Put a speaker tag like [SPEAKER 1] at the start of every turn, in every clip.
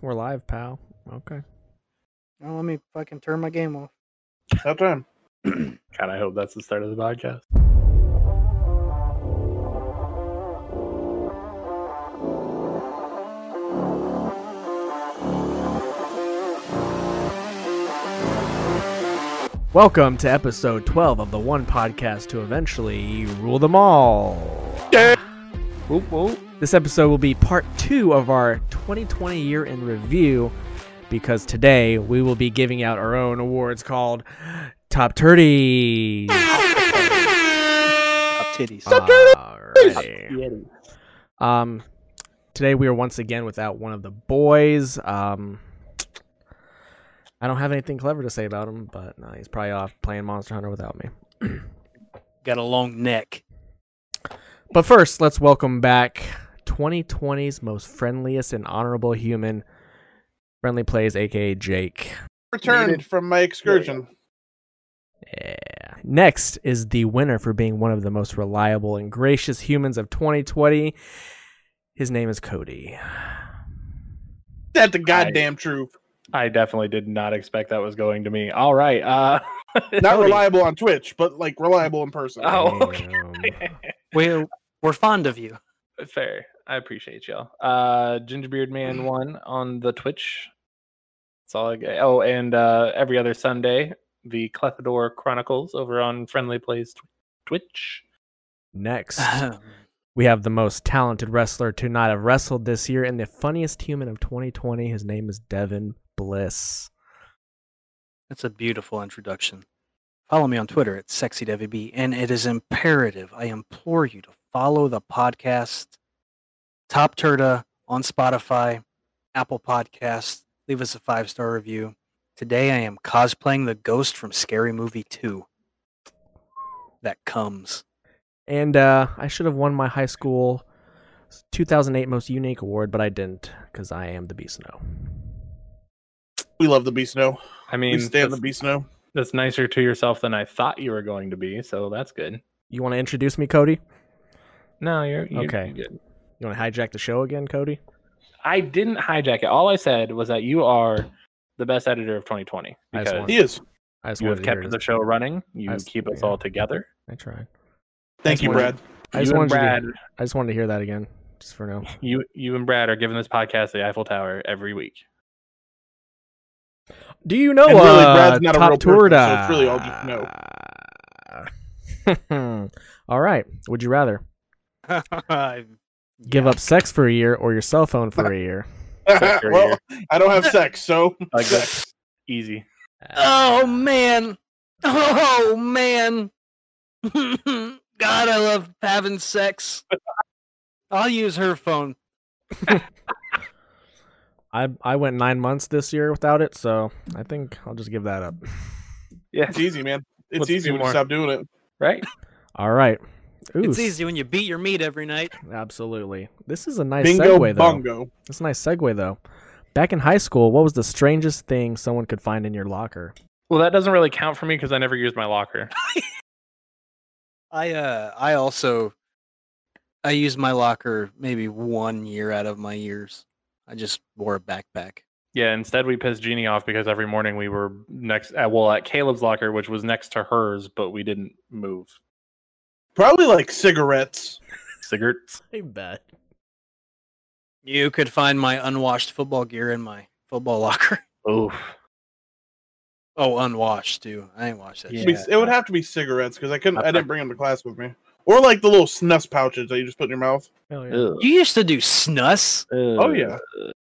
[SPEAKER 1] We're live, pal. Okay.
[SPEAKER 2] Now let me fucking turn my game off.
[SPEAKER 3] That time.
[SPEAKER 4] God, I hope that's the start of the podcast.
[SPEAKER 1] Welcome to episode 12 of the one podcast to eventually rule them all.
[SPEAKER 3] Whoop whoop.
[SPEAKER 1] This episode will be part two of our 2020 year in review because today we will be giving out our own awards called Top 30.
[SPEAKER 2] Up titties.
[SPEAKER 1] Alrighty.
[SPEAKER 4] Yeti.
[SPEAKER 1] Um, today we are once again without one of the boys. Um, I don't have anything clever to say about him, but uh, he's probably off playing Monster Hunter without me.
[SPEAKER 2] Got a long neck.
[SPEAKER 1] But first, let's welcome back 2020's most friendliest and honorable human, Friendly Plays, aka Jake.
[SPEAKER 3] Returned from my excursion.
[SPEAKER 1] Yeah. Next is the winner for being one of the most reliable and gracious humans of 2020. His name is Cody.
[SPEAKER 3] That's the goddamn truth.
[SPEAKER 4] I definitely did not expect that was going to me. All right. Uh,
[SPEAKER 3] Not reliable on Twitch, but like reliable in person.
[SPEAKER 4] Oh. okay.
[SPEAKER 1] Damn.
[SPEAKER 2] We're, we're fond of you.
[SPEAKER 4] Fair. I appreciate y'all. Uh, Gingerbeard Man One on the Twitch. That's all I got. Oh, and uh, every other Sunday, the Clethador Chronicles over on Friendly Plays tw- Twitch.
[SPEAKER 1] Next, we have the most talented wrestler to not have wrestled this year and the funniest human of 2020. His name is Devin Bliss.
[SPEAKER 2] That's a beautiful introduction. Follow me on Twitter at SexyDevB, and it is imperative, I implore you to follow the podcast Top Turda on Spotify, Apple Podcasts. Leave us a five star review. Today I am cosplaying the ghost from Scary Movie 2. That comes.
[SPEAKER 1] And uh, I should have won my high school 2008 Most Unique Award, but I didn't because I am the Beast Snow.
[SPEAKER 3] We love the beast snow.
[SPEAKER 4] I
[SPEAKER 3] We
[SPEAKER 4] mean,
[SPEAKER 3] stand
[SPEAKER 4] that's,
[SPEAKER 3] the beast snow.
[SPEAKER 4] that's nicer to yourself than I thought you were going to be, so that's good.
[SPEAKER 1] You want to introduce me, Cody?
[SPEAKER 4] No, you're, you're
[SPEAKER 1] Okay.
[SPEAKER 4] Good.
[SPEAKER 1] You want to hijack the show again, Cody?
[SPEAKER 4] I didn't hijack it. All I said was that you are the best editor of 2020
[SPEAKER 1] I just
[SPEAKER 4] because
[SPEAKER 1] wanted-
[SPEAKER 3] He is.
[SPEAKER 1] I just
[SPEAKER 4] you have
[SPEAKER 1] wanted to hear
[SPEAKER 4] kept
[SPEAKER 1] it.
[SPEAKER 4] the show running. You
[SPEAKER 1] I just-
[SPEAKER 4] keep us
[SPEAKER 1] yeah.
[SPEAKER 4] all together.
[SPEAKER 1] I tried.
[SPEAKER 3] Thank
[SPEAKER 4] That's
[SPEAKER 3] you,
[SPEAKER 4] one
[SPEAKER 3] Brad.
[SPEAKER 4] of-
[SPEAKER 1] I just
[SPEAKER 4] you and
[SPEAKER 1] wanted you to-
[SPEAKER 4] Brad,
[SPEAKER 1] I just wanted to hear that again, just for now.
[SPEAKER 4] you you and Brad are giving this podcast the Eiffel Tower every week.
[SPEAKER 1] Do you know?
[SPEAKER 3] And really,
[SPEAKER 1] uh,
[SPEAKER 3] Brad's not a
[SPEAKER 1] Top
[SPEAKER 3] real person, so
[SPEAKER 1] Turda?
[SPEAKER 3] it's really all just
[SPEAKER 1] no. all right. Would you rather give up sex for a year or your cell phone for a year?
[SPEAKER 4] Sure,
[SPEAKER 3] well, I don't have sex, so
[SPEAKER 4] Like that's easy.
[SPEAKER 2] Oh man. Oh man. God, I love having sex. I'll use her phone.
[SPEAKER 1] I I went nine months this year without it, so I think I'll just give that up.
[SPEAKER 4] Yeah,
[SPEAKER 3] it's easy, man. It's
[SPEAKER 4] Let's
[SPEAKER 3] easy
[SPEAKER 4] do
[SPEAKER 3] when you
[SPEAKER 4] more.
[SPEAKER 3] stop doing it.
[SPEAKER 4] right.
[SPEAKER 1] All right. Ooh,
[SPEAKER 2] It's easy when you beat your meat every night.
[SPEAKER 1] Absolutely. This is a nice
[SPEAKER 3] Bingo
[SPEAKER 1] segue, though.
[SPEAKER 3] bongo.
[SPEAKER 1] It's a nice segue, though. Back in high school, what was the strangest thing someone could find in your locker?
[SPEAKER 4] Well, that doesn't really count for me because I never used my locker.
[SPEAKER 2] I uh I also I used my locker maybe one year out of my years. I just wore a backpack.
[SPEAKER 4] Yeah, instead we pissed Jeannie off because every morning we were next. Uh, well, at Caleb's locker, which was next to hers, but we didn't move
[SPEAKER 3] Probably like cigarettes.
[SPEAKER 4] cigarettes.
[SPEAKER 1] I bet.
[SPEAKER 2] You could find my unwashed football gear in my football locker.
[SPEAKER 4] Oof.
[SPEAKER 2] Oh, unwashed too. I ain't washed that
[SPEAKER 4] Yeah.
[SPEAKER 3] It'd be-
[SPEAKER 2] shit.
[SPEAKER 3] It would have to be cigarettes because I couldn't. I
[SPEAKER 4] Okay.
[SPEAKER 3] didn't bring them to class with me. Or like the little snuff pouches that you just put in your mouth.
[SPEAKER 1] Hell yeah.
[SPEAKER 4] Ugh.
[SPEAKER 2] You used to do snus?
[SPEAKER 4] Oh
[SPEAKER 3] yeah.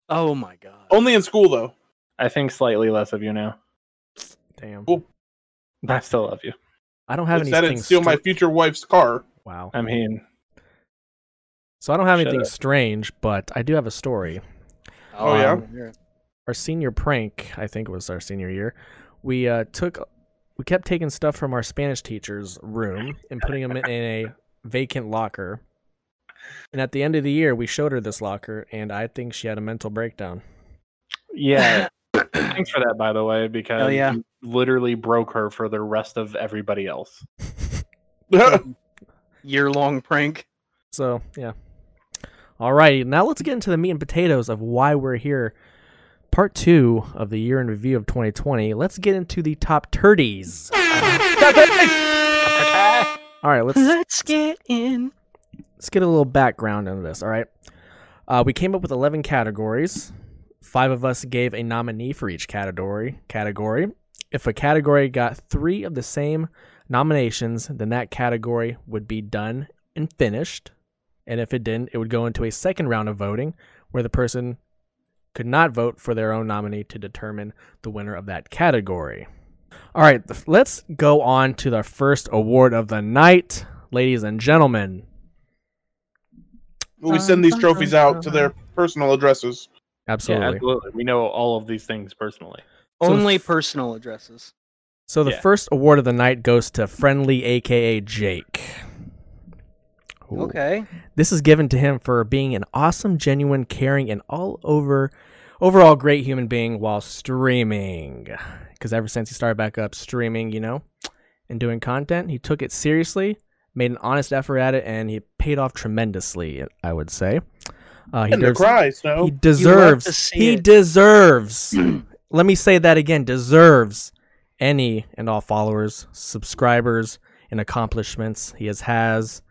[SPEAKER 2] Oh my god.
[SPEAKER 3] Only in school though.
[SPEAKER 4] I think slightly less of you now.
[SPEAKER 1] Damn.
[SPEAKER 3] Cool.
[SPEAKER 4] I still love you.
[SPEAKER 1] I don't have
[SPEAKER 3] Because I
[SPEAKER 1] anything.
[SPEAKER 3] didn't steal my
[SPEAKER 1] str-
[SPEAKER 3] future wife's car.
[SPEAKER 1] wow.
[SPEAKER 4] I mean,
[SPEAKER 1] So I don't have
[SPEAKER 4] Shut
[SPEAKER 1] anything
[SPEAKER 4] up.
[SPEAKER 1] strange, but I do have a story.
[SPEAKER 3] Oh, yeah?
[SPEAKER 2] Um,
[SPEAKER 1] Our senior prank, I think it was our senior year, we uh, took, we kept taking stuff from our Spanish teacher's room and putting them in a vacant locker. And at the end of the year, we showed her this locker, and I think she had a mental breakdown.
[SPEAKER 4] yeah. Thanks for that, by the way, because
[SPEAKER 2] yeah.
[SPEAKER 4] you literally broke her for the rest of everybody else.
[SPEAKER 2] year long prank.
[SPEAKER 1] So yeah. All right, now let's get into the meat and potatoes of why we're here part two of the year in review of 2020, let's get into the top turdies. All right, let's
[SPEAKER 2] Let's get in.
[SPEAKER 1] let's get a little background into this. All right, uh, we came up with eleven categories. Five of us gave a nominee for each category. Category. If a category got three of the same nominations, then that category would be done and finished. And if it didn't, it would go into a second round of voting, where the person could not vote for their own nominee to determine the winner of that category. All right, th- let's go on to the first award of the night, ladies and gentlemen.
[SPEAKER 3] We send these trophies out to their personal addresses.
[SPEAKER 1] Absolutely.
[SPEAKER 4] Yeah, absolutely. We know all of these things personally.
[SPEAKER 1] So
[SPEAKER 2] Only
[SPEAKER 1] f-
[SPEAKER 2] personal addresses.
[SPEAKER 1] So the
[SPEAKER 4] Yeah.
[SPEAKER 1] first award of the night goes to Friendly, aka Jake. Ooh.
[SPEAKER 2] Okay.
[SPEAKER 1] This is given to him for being an awesome, genuine, caring, and all over, overall great human being while streaming. Because ever since he started back up streaming, you know, and doing content, he took it seriously, made an honest effort at it, and he paid off tremendously. I would say. Uh, he
[SPEAKER 3] And the
[SPEAKER 1] deserves-
[SPEAKER 3] cries, no.
[SPEAKER 1] he deserves.
[SPEAKER 2] to see
[SPEAKER 1] he
[SPEAKER 2] it.
[SPEAKER 1] deserves. let me say that again. Deserves any and all followers, subscribers, and accomplishments he has has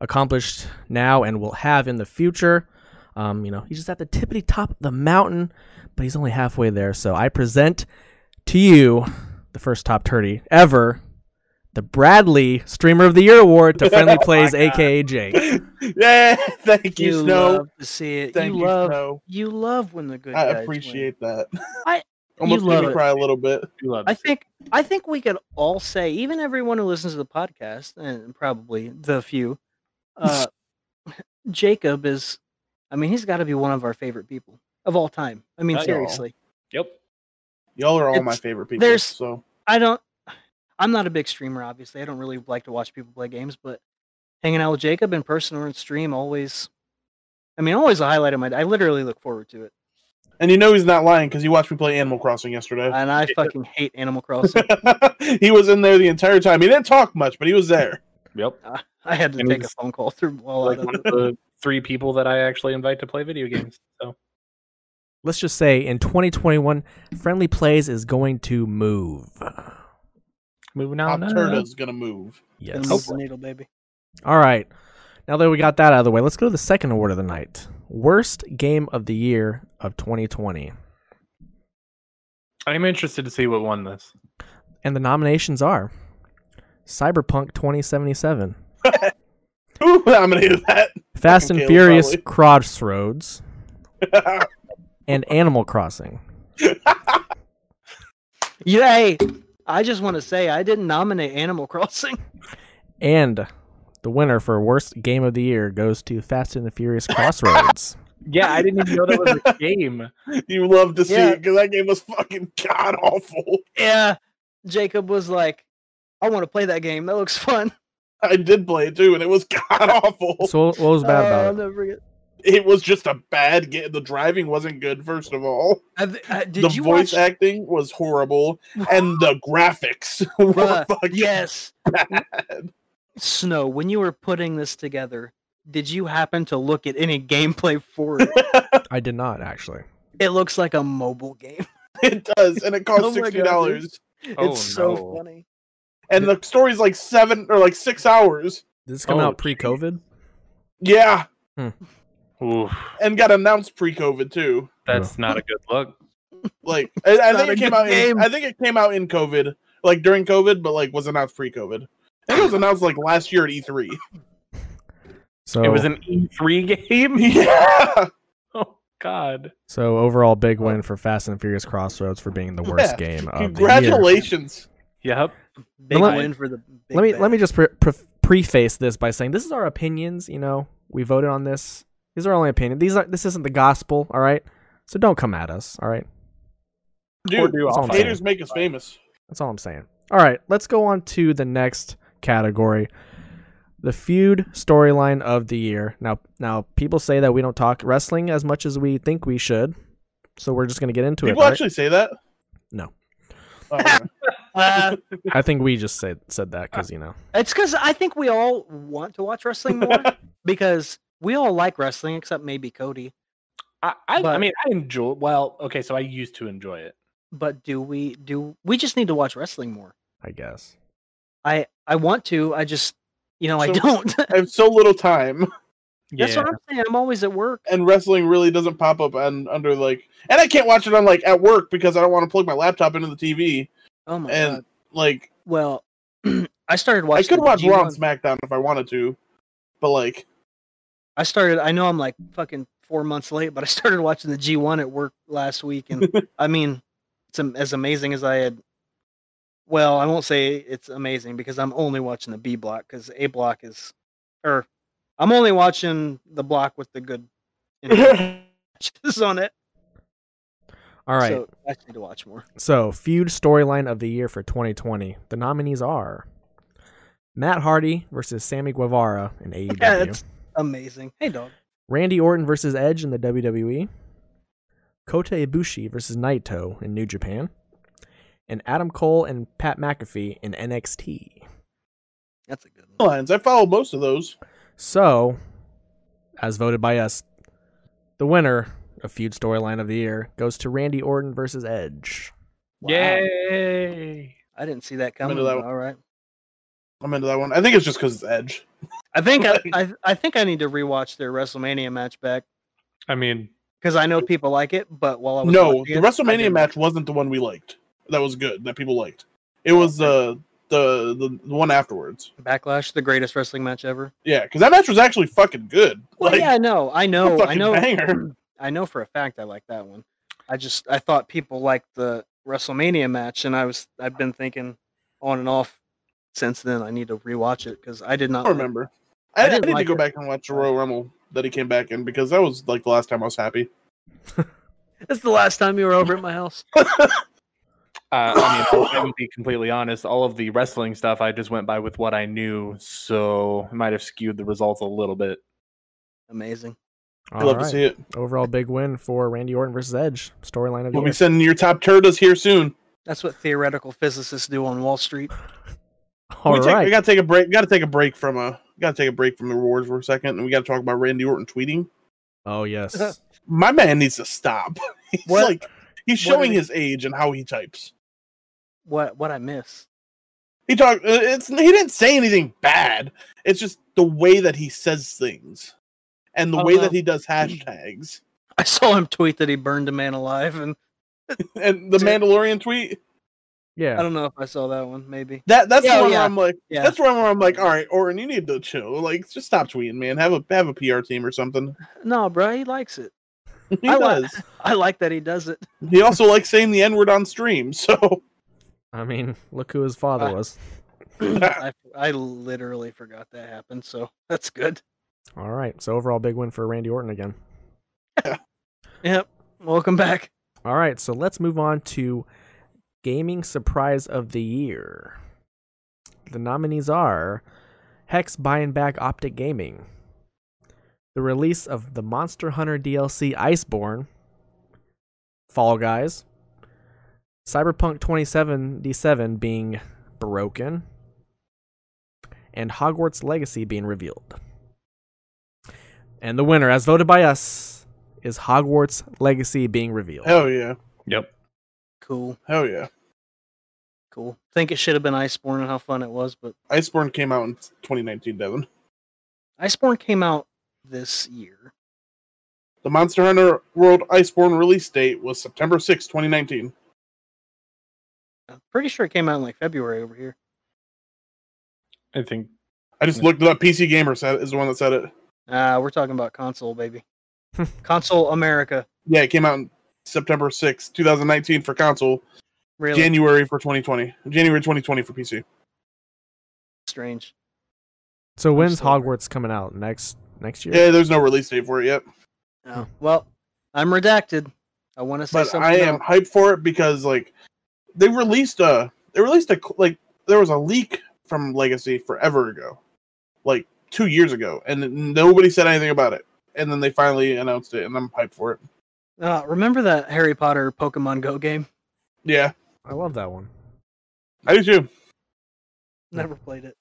[SPEAKER 1] accomplished now and will have in the future. Um, you know, he's just at the tippity top of the mountain, but he's only halfway there. So I present to you the first top thirty ever, the Bradley Streamer of the Year Award to Friendly
[SPEAKER 2] Oh
[SPEAKER 1] Plays,
[SPEAKER 3] God.
[SPEAKER 1] aka Jake.
[SPEAKER 3] yeah, thank you, Snow.
[SPEAKER 2] love to see it.
[SPEAKER 3] Thank
[SPEAKER 2] you
[SPEAKER 3] you,
[SPEAKER 2] love.
[SPEAKER 3] Snow.
[SPEAKER 2] You love when the good.
[SPEAKER 3] I
[SPEAKER 2] guys
[SPEAKER 3] appreciate that.
[SPEAKER 2] I-
[SPEAKER 3] almost
[SPEAKER 2] you
[SPEAKER 3] made
[SPEAKER 2] love
[SPEAKER 3] me
[SPEAKER 2] it.
[SPEAKER 3] cry a little bit.
[SPEAKER 4] We love
[SPEAKER 2] Win. I think. I think we could all say, even everyone who listens to the podcast, and probably the few, uh, Jacob is. I mean, he's got to be one of our favorite people of all time. I mean,
[SPEAKER 4] Oh, yeah.
[SPEAKER 2] seriously.
[SPEAKER 4] Yep.
[SPEAKER 3] Y'all are all my
[SPEAKER 2] It's-
[SPEAKER 3] favorite people.
[SPEAKER 2] there's-
[SPEAKER 3] so
[SPEAKER 2] I don't. I'm not a big streamer, obviously. I don't really like to watch people play games, but hanging out with Jacob in person or in stream always. I mean, always a highlight of my. I literally look forward to it,
[SPEAKER 3] and you know he's not lying because he watched me play Animal Crossing yesterday.
[SPEAKER 2] and I fucking hate Animal Crossing.
[SPEAKER 3] he was in there the entire time. He didn't talk much, but he was there.
[SPEAKER 4] Yep.
[SPEAKER 2] Uh, I had to
[SPEAKER 4] And
[SPEAKER 2] take a
[SPEAKER 4] he's
[SPEAKER 2] phone call through while
[SPEAKER 4] Like
[SPEAKER 2] I
[SPEAKER 4] one of the three people that I actually invite to play video games. So
[SPEAKER 1] let's just say in 2021, Friendly Plays is going to move.
[SPEAKER 4] moving
[SPEAKER 3] Top
[SPEAKER 4] on. up.
[SPEAKER 3] Turda's gonna move.
[SPEAKER 1] Yes.
[SPEAKER 2] move the needle, baby.
[SPEAKER 1] All right. Now that we got that out of the way, let's go to the second award of the night. Worst game of the year of 2020.
[SPEAKER 4] I'm interested to see what won this.
[SPEAKER 1] And the nominations are Cyberpunk 2077,
[SPEAKER 3] Ooh, I'm gonna do that.
[SPEAKER 1] Fast and
[SPEAKER 3] Caleb,
[SPEAKER 1] Furious
[SPEAKER 3] probably.
[SPEAKER 1] Crossroads, and Animal Crossing.
[SPEAKER 2] Yay! I just want to say I didn't nominate Animal Crossing.
[SPEAKER 1] And the winner for worst game of the year goes to Fast and the Furious Crossroads.
[SPEAKER 4] Yeah, I didn't even know that was a game.
[SPEAKER 3] you love to see
[SPEAKER 2] Yeah.
[SPEAKER 3] it because that game was fucking god awful.
[SPEAKER 2] Yeah, Jacob was like, "I want to play that game. That looks fun."
[SPEAKER 3] I did play it too, and it was god awful.
[SPEAKER 1] so what was bad
[SPEAKER 2] Oh, I'll
[SPEAKER 1] about it?
[SPEAKER 2] never forget.
[SPEAKER 3] It was just a bad game. The driving wasn't good, first of all.
[SPEAKER 2] I th- I- did
[SPEAKER 3] the
[SPEAKER 2] you
[SPEAKER 3] voice
[SPEAKER 2] watch?
[SPEAKER 3] acting was horrible, and the graphics were
[SPEAKER 2] Bruh,
[SPEAKER 3] fucking
[SPEAKER 2] yes,
[SPEAKER 3] bad.
[SPEAKER 2] Snow. When you were putting this together, did you happen to look at any gameplay for it?
[SPEAKER 1] I did not actually.
[SPEAKER 2] it looks like a mobile game.
[SPEAKER 3] It does, and it cost
[SPEAKER 2] Oh my God,
[SPEAKER 3] sixty
[SPEAKER 2] dude.
[SPEAKER 3] dollars.
[SPEAKER 4] Oh,
[SPEAKER 2] it's so
[SPEAKER 4] no.
[SPEAKER 2] funny.
[SPEAKER 3] And the story's like seven or like six hours.
[SPEAKER 1] Did this come
[SPEAKER 4] Oh,
[SPEAKER 1] out pre-COVID?
[SPEAKER 3] Yeah,
[SPEAKER 4] Ooh,
[SPEAKER 3] and got announced pre-COVID too.
[SPEAKER 4] that's not a good look.
[SPEAKER 3] Like I, I
[SPEAKER 2] Not
[SPEAKER 3] think
[SPEAKER 2] a
[SPEAKER 3] it came
[SPEAKER 2] good
[SPEAKER 3] out. In,
[SPEAKER 2] game.
[SPEAKER 3] I think it came out in COVID, like during COVID, but like was announced pre-COVID. I think it was announced like last year at E E3.
[SPEAKER 1] So
[SPEAKER 4] It was an E3 game.
[SPEAKER 3] yeah,
[SPEAKER 4] Oh God.
[SPEAKER 1] So overall, big win for Fast and Furious Crossroads for being the worst
[SPEAKER 3] Yeah.
[SPEAKER 1] game of the year.
[SPEAKER 3] congratulations.
[SPEAKER 4] Yep.
[SPEAKER 2] Big
[SPEAKER 1] let-
[SPEAKER 2] win for the. Big
[SPEAKER 1] Let me
[SPEAKER 2] bad.
[SPEAKER 1] let me just pre- pre- preface this by saying this is our opinions. You know, we voted on this. These are our only opinion. These are this isn't the gospel. All right, so don't come at us. All right,
[SPEAKER 4] Or
[SPEAKER 3] Dude,
[SPEAKER 4] do
[SPEAKER 1] it's
[SPEAKER 4] I'll
[SPEAKER 1] all
[SPEAKER 4] fight.
[SPEAKER 3] haters make us famous.
[SPEAKER 1] that's all I'm saying. All right, let's go on to the next category, the feud storyline of the year. Now, now people say that we don't talk wrestling as much as we think we should, so we're just gonna get into
[SPEAKER 3] People
[SPEAKER 1] it. all right?
[SPEAKER 3] actually say that.
[SPEAKER 1] No.
[SPEAKER 3] Oh, okay.
[SPEAKER 2] Uh,
[SPEAKER 1] I think we just said said that because you know.
[SPEAKER 2] it's because I think we all want to watch wrestling more because we all like wrestling, except maybe Cody.
[SPEAKER 4] I, I, I
[SPEAKER 2] But-
[SPEAKER 4] mean, I enjoy. Well, okay, so I used to enjoy it.
[SPEAKER 2] But do we do we just need to watch wrestling more?
[SPEAKER 1] I guess.
[SPEAKER 2] I I want to. I just you know I
[SPEAKER 3] So-
[SPEAKER 2] don't.
[SPEAKER 3] I have so little time,
[SPEAKER 2] That's what I'm saying. I'm always at work.
[SPEAKER 3] and wrestling really doesn't pop up on under like, and I can't watch it on like at work because I don't want to plug my laptop into the TV.
[SPEAKER 2] Oh my
[SPEAKER 3] And
[SPEAKER 2] god.
[SPEAKER 3] Like,
[SPEAKER 2] Well, I started
[SPEAKER 3] I
[SPEAKER 2] watching.
[SPEAKER 3] could
[SPEAKER 2] the
[SPEAKER 3] watch Raw
[SPEAKER 2] G1.
[SPEAKER 3] and SmackDown if I wanted to, but like,
[SPEAKER 2] I started. I know I'm like fucking four months late, but I started watching the G1 at work last week, and I mean, it's am- as amazing as I had. Well, I won't say it's amazing because I'm only watching the B block because A block is, or I'm only watching the block with the good you know, matches on it.
[SPEAKER 1] All right.
[SPEAKER 2] So I just need to watch more.
[SPEAKER 1] So, feud storyline of the year for 2020. The nominees are Matt Hardy versus Sammy Guevara in AEW,
[SPEAKER 2] Yeah, it's amazing. Hey, dog.
[SPEAKER 1] Randy Orton versus Edge in the WWE, Kota Ibushi versus Naito in New Japan, and Adam Cole and Pat McAfee in NXT.
[SPEAKER 2] That's a good one.
[SPEAKER 3] lines. I follow most of those.
[SPEAKER 1] So, as voted by us, the winner of feud storyline of the year goes to Randy Orton versus Edge.
[SPEAKER 2] Wow.
[SPEAKER 4] Yay!
[SPEAKER 2] I didn't see that
[SPEAKER 3] I'm
[SPEAKER 2] coming.
[SPEAKER 3] into that
[SPEAKER 2] but
[SPEAKER 3] one.
[SPEAKER 2] all right.
[SPEAKER 3] I'm into that one. I think it's just because it's Edge.
[SPEAKER 2] I think I, I I think I need to rewatch their WrestleMania match back
[SPEAKER 4] I mean,
[SPEAKER 2] because I know people like it. But while I was
[SPEAKER 3] No,
[SPEAKER 2] watching
[SPEAKER 3] the
[SPEAKER 2] it, I
[SPEAKER 3] WrestleMania
[SPEAKER 2] didn't.
[SPEAKER 3] match wasn't the one we liked. That was good. That people liked. It was uh, the the the one afterwards.
[SPEAKER 2] Backlash, the greatest wrestling match ever.
[SPEAKER 3] Yeah, because that match was actually fucking good.
[SPEAKER 2] Well,
[SPEAKER 3] Like,
[SPEAKER 2] yeah, no, I know, I
[SPEAKER 3] fucking
[SPEAKER 2] know,
[SPEAKER 3] banger.
[SPEAKER 2] I know for a fact I like that one. I just I thought people liked the WrestleMania match, and I was I've been thinking on and off since then. I need to rewatch it because I did
[SPEAKER 3] I
[SPEAKER 2] not
[SPEAKER 3] don't
[SPEAKER 2] like-
[SPEAKER 3] remember. I,
[SPEAKER 2] I
[SPEAKER 3] I,
[SPEAKER 2] didn't
[SPEAKER 3] need
[SPEAKER 2] like
[SPEAKER 3] to go
[SPEAKER 2] it.
[SPEAKER 3] back and watch Royal Rumble that he came back in because that was like the last time I was happy.
[SPEAKER 2] It's the last time you were over at my house.
[SPEAKER 4] uh, I mean, I'll- I'm be completely honest. All of the wrestling stuff, I just went by with what I knew, so it might have skewed the results a little bit.
[SPEAKER 2] Amazing.
[SPEAKER 1] All
[SPEAKER 3] I love
[SPEAKER 1] right.
[SPEAKER 3] to see it.
[SPEAKER 1] Overall big win for Randy Orton versus Edge. Storyline of the
[SPEAKER 3] We'll be
[SPEAKER 1] year.
[SPEAKER 3] sending your top turtles here soon.
[SPEAKER 2] That's what theoretical physicists do on Wall Street.
[SPEAKER 1] All
[SPEAKER 3] we take-
[SPEAKER 1] right.
[SPEAKER 3] we gotta take a break. Gotta take a break from uh Gotta take a break from the rewards for a second, and we gotta talk about Randy Orton tweeting.
[SPEAKER 1] Oh yes.
[SPEAKER 3] My man needs to stop. He's
[SPEAKER 2] What-
[SPEAKER 3] like
[SPEAKER 2] what did
[SPEAKER 3] he's showing
[SPEAKER 2] he-
[SPEAKER 3] his age and how he types.
[SPEAKER 2] What what I miss?
[SPEAKER 3] He talked. uh, It's he didn't say anything bad. It's just the way that he says things, and the
[SPEAKER 2] Oh,
[SPEAKER 3] way
[SPEAKER 2] well.
[SPEAKER 3] that he does hashtags.
[SPEAKER 2] I saw him tweet that he burned a man alive, and
[SPEAKER 3] And the
[SPEAKER 2] Dude.
[SPEAKER 3] Mandalorian tweet.
[SPEAKER 1] yeah.
[SPEAKER 2] I don't know if I saw that one. Maybe.
[SPEAKER 3] That that's
[SPEAKER 2] Yeah, oh,
[SPEAKER 3] the one
[SPEAKER 2] yeah,
[SPEAKER 3] where I'm like,
[SPEAKER 2] Yeah.
[SPEAKER 3] that's the one where I'm like, all right, Orin, you need to chill. Like, just stop tweeting, man. Have a have a PR team or something.
[SPEAKER 2] No, bro, he likes it.
[SPEAKER 3] He
[SPEAKER 2] I like-
[SPEAKER 3] does.
[SPEAKER 2] I like that he does it.
[SPEAKER 3] he also likes saying the N word on stream. So
[SPEAKER 1] I mean, look who his father
[SPEAKER 2] Ah.
[SPEAKER 1] was.
[SPEAKER 2] I, I literally forgot that happened, so that's good.
[SPEAKER 1] All right. So overall big win for Randy Orton again.
[SPEAKER 2] Yep. Welcome back.
[SPEAKER 1] All right. So let's move on to gaming surprise of the year. The nominees are Hex buying back Optic Gaming, the release of the Monster Hunter DLC Iceborne, Fall Guys, Cyberpunk 2077 being broken, and Hogwarts Legacy being revealed. And the winner, as voted by us, is Hogwarts Legacy being revealed.
[SPEAKER 3] hell yeah,
[SPEAKER 4] Yep.
[SPEAKER 2] Cool.
[SPEAKER 3] hell yeah.
[SPEAKER 2] Cool. Think it should have been Iceborne and how fun it was, but
[SPEAKER 3] Iceborne came out in 2019. Devin,
[SPEAKER 2] Iceborne came out this year.
[SPEAKER 3] the Monster Hunter World Iceborne release date was September 6, 2019.
[SPEAKER 2] I'm pretty sure it came out in like February over here.
[SPEAKER 4] I think
[SPEAKER 3] I
[SPEAKER 2] Hmm.
[SPEAKER 3] just looked it up. PC Gamer said is the one that said it.
[SPEAKER 2] Uh, we're talking about console, baby. console America.
[SPEAKER 3] Yeah, it came out in September 6, 2019 for console,
[SPEAKER 2] Really
[SPEAKER 3] January for 2020, January 2020 for PC.
[SPEAKER 2] strange.
[SPEAKER 1] So when's
[SPEAKER 2] still over
[SPEAKER 1] Hogwarts coming out next next year?
[SPEAKER 3] Yeah, there's no release date for it yet,
[SPEAKER 2] Oh. Well, I'm redacted. I want to say
[SPEAKER 3] but
[SPEAKER 2] something.
[SPEAKER 3] I am
[SPEAKER 2] else.
[SPEAKER 3] hyped for it because like they released a they released a like there was a leak from Legacy forever ago, like two years ago, and nobody said anything about it. And then they finally announced it, and I'm hyped for it.
[SPEAKER 2] Uh, remember that Harry Potter Pokemon Go game?
[SPEAKER 3] Yeah,
[SPEAKER 1] I love that one.
[SPEAKER 3] I do too.
[SPEAKER 2] Never played it.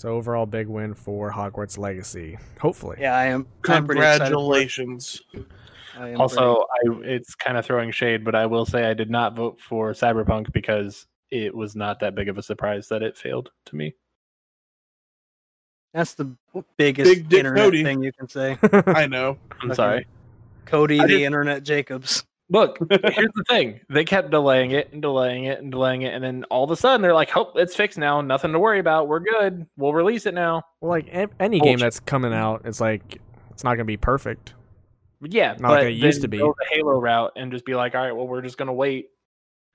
[SPEAKER 1] So overall, big win for Hogwarts Legacy. Hopefully,
[SPEAKER 2] Yeah, I am. I'm pretty excited for it.
[SPEAKER 3] Congratulations.
[SPEAKER 2] I am
[SPEAKER 4] Also, I, it's kind of throwing shade, but I will say I did not vote for Cyberpunk because it was not that big of a surprise that it failed to me.
[SPEAKER 2] pretty- that's the biggest
[SPEAKER 3] Big Dick
[SPEAKER 2] internet
[SPEAKER 3] Cody.
[SPEAKER 2] thing you can say.
[SPEAKER 3] I know.
[SPEAKER 4] I'm
[SPEAKER 2] Okay.
[SPEAKER 4] sorry.
[SPEAKER 2] Cody,
[SPEAKER 3] I
[SPEAKER 2] the
[SPEAKER 3] just-
[SPEAKER 2] internet Jacobs.
[SPEAKER 4] Look, here's the thing. They kept delaying it and delaying it and delaying it. And then all of a sudden, they're like, oh, it's fixed now. Nothing to worry about. We're good. We'll release it now.
[SPEAKER 1] well, like a- any game
[SPEAKER 4] Bullshit.
[SPEAKER 1] that's coming out, it's like it's not gonna be perfect.
[SPEAKER 4] Yeah.
[SPEAKER 1] Not like
[SPEAKER 4] but
[SPEAKER 1] it used
[SPEAKER 4] then
[SPEAKER 1] to be.
[SPEAKER 4] Go the Halo route and just be like, all right, well, we're just going to wait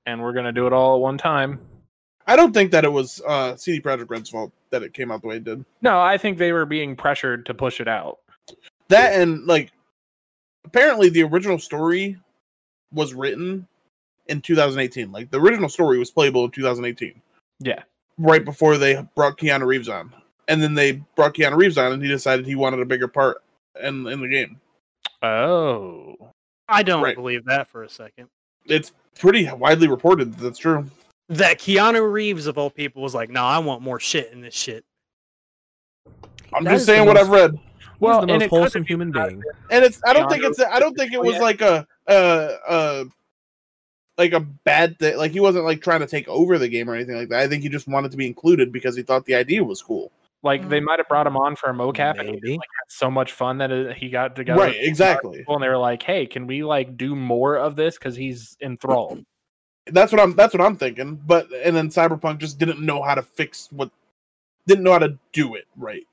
[SPEAKER 4] and we're going to do it all at one time.
[SPEAKER 3] I don't think that it was uh, CD Projekt Red's fault that it came out the way it did.
[SPEAKER 4] No, I think they were being pressured to push it out.
[SPEAKER 3] That and like, apparently the original story was written in 2018. Like the original story was playable in 2018,
[SPEAKER 4] Yeah.
[SPEAKER 3] right before they brought Keanu Reeves on, and then they brought Keanu Reeves on, and he decided he wanted a bigger part in in the game.
[SPEAKER 4] Oh.
[SPEAKER 2] I don't
[SPEAKER 3] Right.
[SPEAKER 2] believe that for a second.
[SPEAKER 3] It's pretty widely reported that that's true.
[SPEAKER 2] That Keanu Reeves of all people was like, "No, I want more shit in this shit."
[SPEAKER 3] I'm
[SPEAKER 1] That
[SPEAKER 3] just
[SPEAKER 1] is the
[SPEAKER 3] saying what
[SPEAKER 1] most-
[SPEAKER 3] I've read.
[SPEAKER 1] Well,
[SPEAKER 4] Well,
[SPEAKER 1] the
[SPEAKER 4] and
[SPEAKER 1] most
[SPEAKER 4] it could've
[SPEAKER 1] wholesome
[SPEAKER 4] been
[SPEAKER 1] human
[SPEAKER 4] out of
[SPEAKER 1] being.
[SPEAKER 3] and it's i don't think
[SPEAKER 4] Keanu Oh,
[SPEAKER 3] it's i don't think it was
[SPEAKER 4] yeah.
[SPEAKER 3] like a uh uh like a bad thing like he wasn't like trying to take over the game or anything like that i think he just wanted to be included because he thought the idea was cool
[SPEAKER 4] Like, they might have brought him on for a mocap and he just,
[SPEAKER 2] Maybe.
[SPEAKER 4] like, had so much fun that it, he got to go.
[SPEAKER 3] right exactly
[SPEAKER 4] people and they were like, "Hey, can we like do more of this? Because he's enthralled."
[SPEAKER 3] that's what i'm that's what i'm thinking but and then cyberpunk just didn't know how to fix what didn't know how to do it right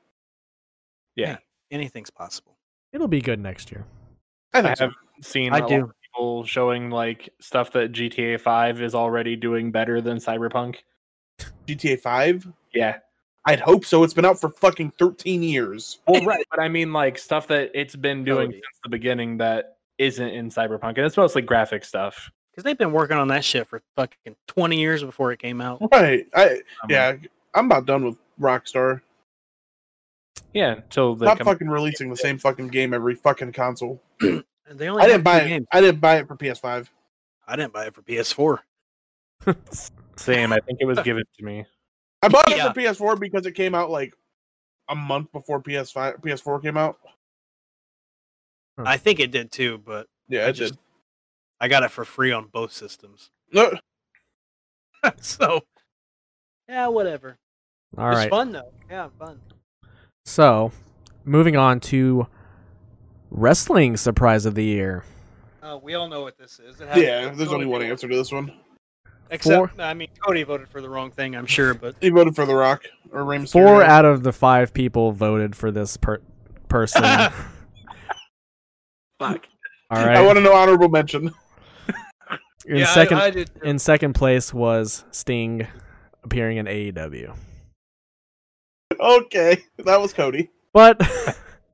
[SPEAKER 4] Yeah,
[SPEAKER 2] Anything's possible.
[SPEAKER 1] It'll be good next year.
[SPEAKER 3] i
[SPEAKER 4] I
[SPEAKER 3] think so.
[SPEAKER 4] have seen a
[SPEAKER 2] I
[SPEAKER 4] lot
[SPEAKER 2] do.
[SPEAKER 4] of people showing like stuff that GTA Five is already doing better than Cyberpunk.
[SPEAKER 3] gta 5
[SPEAKER 4] Yeah,
[SPEAKER 3] i'd hope so it's been out for fucking 13 years
[SPEAKER 4] well, right, but I mean like stuff that it's been doing
[SPEAKER 2] Totally.
[SPEAKER 4] since the beginning that isn't in Cyberpunk, and it's mostly graphic stuff.
[SPEAKER 2] Because they've been working on that shit for fucking 20 years before it came out.
[SPEAKER 3] right i
[SPEAKER 4] Um,
[SPEAKER 3] yeah i'm about done with rockstar
[SPEAKER 4] yeah. Until they
[SPEAKER 3] stop
[SPEAKER 4] come-
[SPEAKER 3] fucking releasing the same fucking game every fucking console
[SPEAKER 2] And They only
[SPEAKER 3] I
[SPEAKER 2] have
[SPEAKER 3] didn't buy
[SPEAKER 2] two
[SPEAKER 3] it.
[SPEAKER 2] games.
[SPEAKER 3] I didn't buy it for PS5.
[SPEAKER 2] I didn't buy it for PS4.
[SPEAKER 4] same. I think it was given to me.
[SPEAKER 3] I bought
[SPEAKER 2] Yeah.
[SPEAKER 3] it for PS4 because it came out like a month before PS5 PS4 came out.
[SPEAKER 2] I think it did too, but
[SPEAKER 3] Yeah,
[SPEAKER 2] I
[SPEAKER 3] it
[SPEAKER 2] just
[SPEAKER 3] did.
[SPEAKER 2] I got it for free on both systems.
[SPEAKER 3] No,
[SPEAKER 2] so yeah, whatever.
[SPEAKER 1] All
[SPEAKER 2] it's
[SPEAKER 1] right.
[SPEAKER 2] fun though. Yeah, fun.
[SPEAKER 1] So, moving on to wrestling surprise of the year.
[SPEAKER 2] Uh, we all know what this is. It has-
[SPEAKER 3] yeah, there's only one answer to this one.
[SPEAKER 2] Except, I mean, Cody voted for the wrong thing, I'm sure, but
[SPEAKER 3] He voted for The Rock or Rey Mysterio.
[SPEAKER 1] Four out of the five people voted for this per- person. All
[SPEAKER 4] Fuck.
[SPEAKER 1] right.
[SPEAKER 3] I want to know honorable mention.
[SPEAKER 1] in
[SPEAKER 2] yeah, I-
[SPEAKER 1] second,
[SPEAKER 2] I, did. too.
[SPEAKER 1] in second place was Sting appearing in E AEW.
[SPEAKER 3] Okay, that was Cody.
[SPEAKER 1] But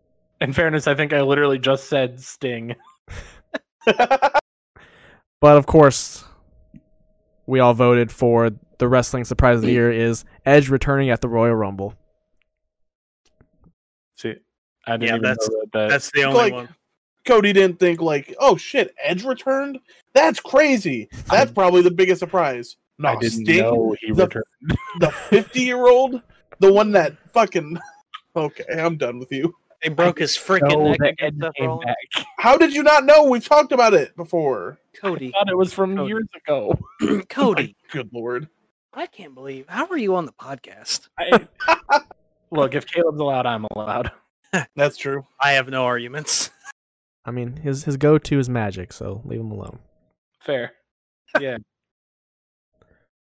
[SPEAKER 4] In fairness, I think I literally just said Sting.
[SPEAKER 1] but of course, we all voted for the wrestling surprise of the year is Edge returning at the Royal Rumble.
[SPEAKER 4] See, I didn't
[SPEAKER 2] Yeah,
[SPEAKER 4] even
[SPEAKER 2] that's-
[SPEAKER 4] know that. that
[SPEAKER 2] That's the
[SPEAKER 3] It's
[SPEAKER 2] only
[SPEAKER 3] like-
[SPEAKER 2] one.
[SPEAKER 3] Cody didn't think like, oh shit, Edge returned. That's crazy. That's
[SPEAKER 4] I-
[SPEAKER 3] probably the biggest surprise. No,
[SPEAKER 4] I didn't
[SPEAKER 3] Sting,
[SPEAKER 4] know he
[SPEAKER 3] the-
[SPEAKER 4] returned.
[SPEAKER 3] the 50 year old, the one that fucking. Okay, I'm done with you.
[SPEAKER 2] They broke his freaking
[SPEAKER 4] No,
[SPEAKER 2] neck
[SPEAKER 4] that
[SPEAKER 2] against
[SPEAKER 4] Ed
[SPEAKER 2] Seth
[SPEAKER 4] came
[SPEAKER 2] Rollins.
[SPEAKER 4] back.
[SPEAKER 3] How did you not know? We've talked about it before.
[SPEAKER 4] I
[SPEAKER 2] Cody,
[SPEAKER 4] thought it was from
[SPEAKER 2] Cody.
[SPEAKER 4] years ago.
[SPEAKER 2] Cody,
[SPEAKER 3] Good lord.
[SPEAKER 2] I can't believe. How are you on the podcast?
[SPEAKER 4] I- look, if Caleb's allowed, I'm allowed.
[SPEAKER 3] That's true.
[SPEAKER 2] I have no arguments.
[SPEAKER 1] I mean, his his go to is magic, so leave him alone.
[SPEAKER 4] Fair. Yeah.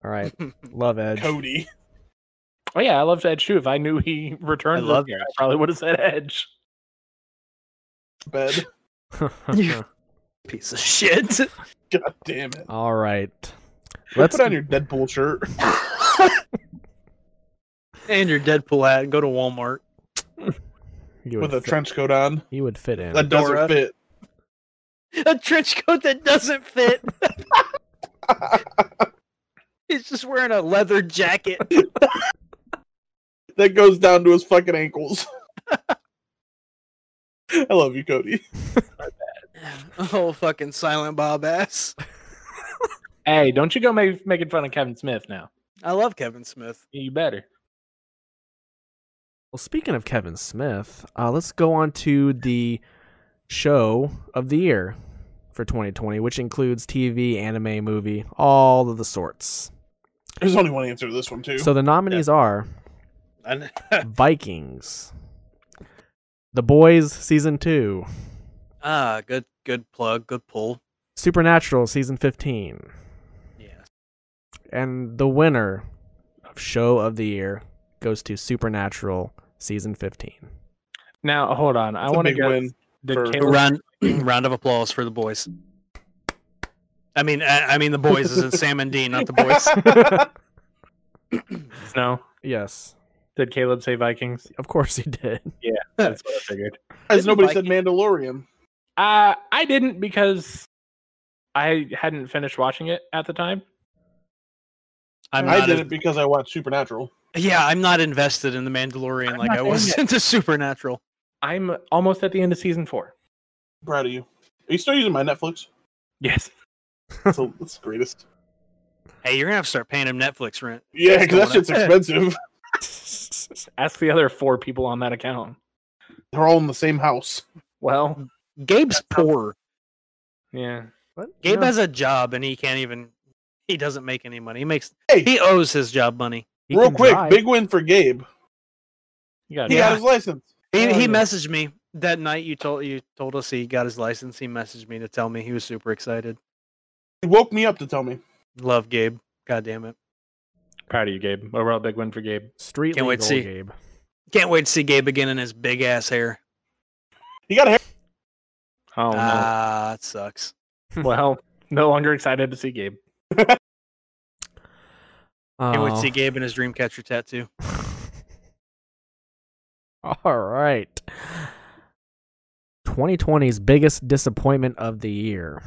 [SPEAKER 1] All right, love Edge.
[SPEAKER 3] Cody.
[SPEAKER 4] Oh yeah, I loved Edge too. If I knew he returned,
[SPEAKER 2] I
[SPEAKER 4] this
[SPEAKER 2] love
[SPEAKER 4] year, I
[SPEAKER 2] Edge.
[SPEAKER 4] probably would have said Edge.
[SPEAKER 3] Bed.
[SPEAKER 2] You- Piece of shit.
[SPEAKER 3] God damn it.
[SPEAKER 1] All right,
[SPEAKER 3] Let's
[SPEAKER 1] let's
[SPEAKER 3] put on your Deadpool shirt.
[SPEAKER 2] and your Deadpool hat. and Go to Walmart.
[SPEAKER 1] you would
[SPEAKER 3] with a
[SPEAKER 1] fit,
[SPEAKER 3] trench coat on.
[SPEAKER 1] You would fit in.
[SPEAKER 3] That doesn't
[SPEAKER 2] Dora.
[SPEAKER 3] fit.
[SPEAKER 2] A trench coat that doesn't fit. He's just wearing a leather jacket.
[SPEAKER 3] That goes down to his fucking ankles. I love you, Cody.
[SPEAKER 2] oh, fucking Silent Bob ass.
[SPEAKER 4] Hey, don't you go make, making fun of Kevin Smith now.
[SPEAKER 2] I love Kevin Smith.
[SPEAKER 4] You better.
[SPEAKER 1] Well, speaking of Kevin Smith, uh, let's go on to the show of the year for 2020, which includes TV, anime, movie, all of the sorts.
[SPEAKER 3] There's only one answer to this one too.
[SPEAKER 1] So the nominees are
[SPEAKER 3] And-
[SPEAKER 1] Vikings, The Boys season two,
[SPEAKER 2] Ah, good, good plug, good pull.
[SPEAKER 1] Supernatural season 15,
[SPEAKER 2] Yes.
[SPEAKER 1] and the winner of show of the year goes to Supernatural season 15.
[SPEAKER 4] Now hold on, I
[SPEAKER 3] It's a
[SPEAKER 4] want to
[SPEAKER 3] big
[SPEAKER 4] guess.
[SPEAKER 3] win
[SPEAKER 4] did
[SPEAKER 3] for-
[SPEAKER 4] Caleb-
[SPEAKER 2] Round, round of applause for the boys. I mean, I, I mean the boys is in Sam and Dean, not the boys.
[SPEAKER 4] no?
[SPEAKER 1] Yes,
[SPEAKER 4] Did Caleb say Vikings?
[SPEAKER 1] of course he did.
[SPEAKER 4] That's what I figured.
[SPEAKER 3] As nobody
[SPEAKER 2] Viking-
[SPEAKER 3] said Mandalorian.
[SPEAKER 4] Uh, I didn't because I hadn't finished watching it at the time.
[SPEAKER 2] I'm
[SPEAKER 3] I
[SPEAKER 2] not
[SPEAKER 3] did
[SPEAKER 2] in-
[SPEAKER 3] it because I watched Supernatural.
[SPEAKER 2] yeah, I'm not invested in the Mandalorian like
[SPEAKER 4] not
[SPEAKER 2] I
[SPEAKER 4] in
[SPEAKER 2] was into Supernatural.
[SPEAKER 4] I'm almost at the end of season four.
[SPEAKER 3] Proud of you. Are you still using my Netflix?
[SPEAKER 4] Yes.
[SPEAKER 3] So that's the greatest.
[SPEAKER 2] Hey, you're gonna have to start paying him Netflix rent.
[SPEAKER 3] Yeah,
[SPEAKER 2] That's
[SPEAKER 3] because that
[SPEAKER 2] the
[SPEAKER 3] shit's expensive.
[SPEAKER 4] Ask the other four people on that account.
[SPEAKER 3] They're all in the same house.
[SPEAKER 2] Hmm.
[SPEAKER 4] Well,
[SPEAKER 2] Gabe's poor.
[SPEAKER 4] yeah.
[SPEAKER 1] What?
[SPEAKER 2] Uh, Gabe
[SPEAKER 1] No.
[SPEAKER 2] has a job and he can't even. He doesn't make any money. He makes.
[SPEAKER 3] Hey.
[SPEAKER 2] He owes his job money.
[SPEAKER 1] He
[SPEAKER 3] Real
[SPEAKER 1] can
[SPEAKER 3] quick,
[SPEAKER 1] drive.
[SPEAKER 3] big win for Gabe.
[SPEAKER 4] You got
[SPEAKER 3] He
[SPEAKER 2] Yeah.
[SPEAKER 3] got his license.
[SPEAKER 2] He,
[SPEAKER 1] Oh,
[SPEAKER 2] he
[SPEAKER 1] yeah.
[SPEAKER 2] messaged me that night. You told you told us he got his license. He messaged me to tell me he was super excited.
[SPEAKER 3] He woke me up to tell me.
[SPEAKER 2] Love Gabe. God damn it.
[SPEAKER 4] proud of you, Gabe. Overall big win for Gabe.
[SPEAKER 1] street legal,
[SPEAKER 2] Can't wait to see.
[SPEAKER 1] Gabe.
[SPEAKER 2] Can't wait to see Gabe again in his big ass hair.
[SPEAKER 3] He got a hair.
[SPEAKER 4] Oh no.
[SPEAKER 2] Ah, it sucks.
[SPEAKER 4] well, no longer excited to see Gabe.
[SPEAKER 2] Can't wait to
[SPEAKER 1] Oh.
[SPEAKER 2] see Gabe in his Dreamcatcher tattoo.
[SPEAKER 1] All right. 2020's biggest disappointment of the year.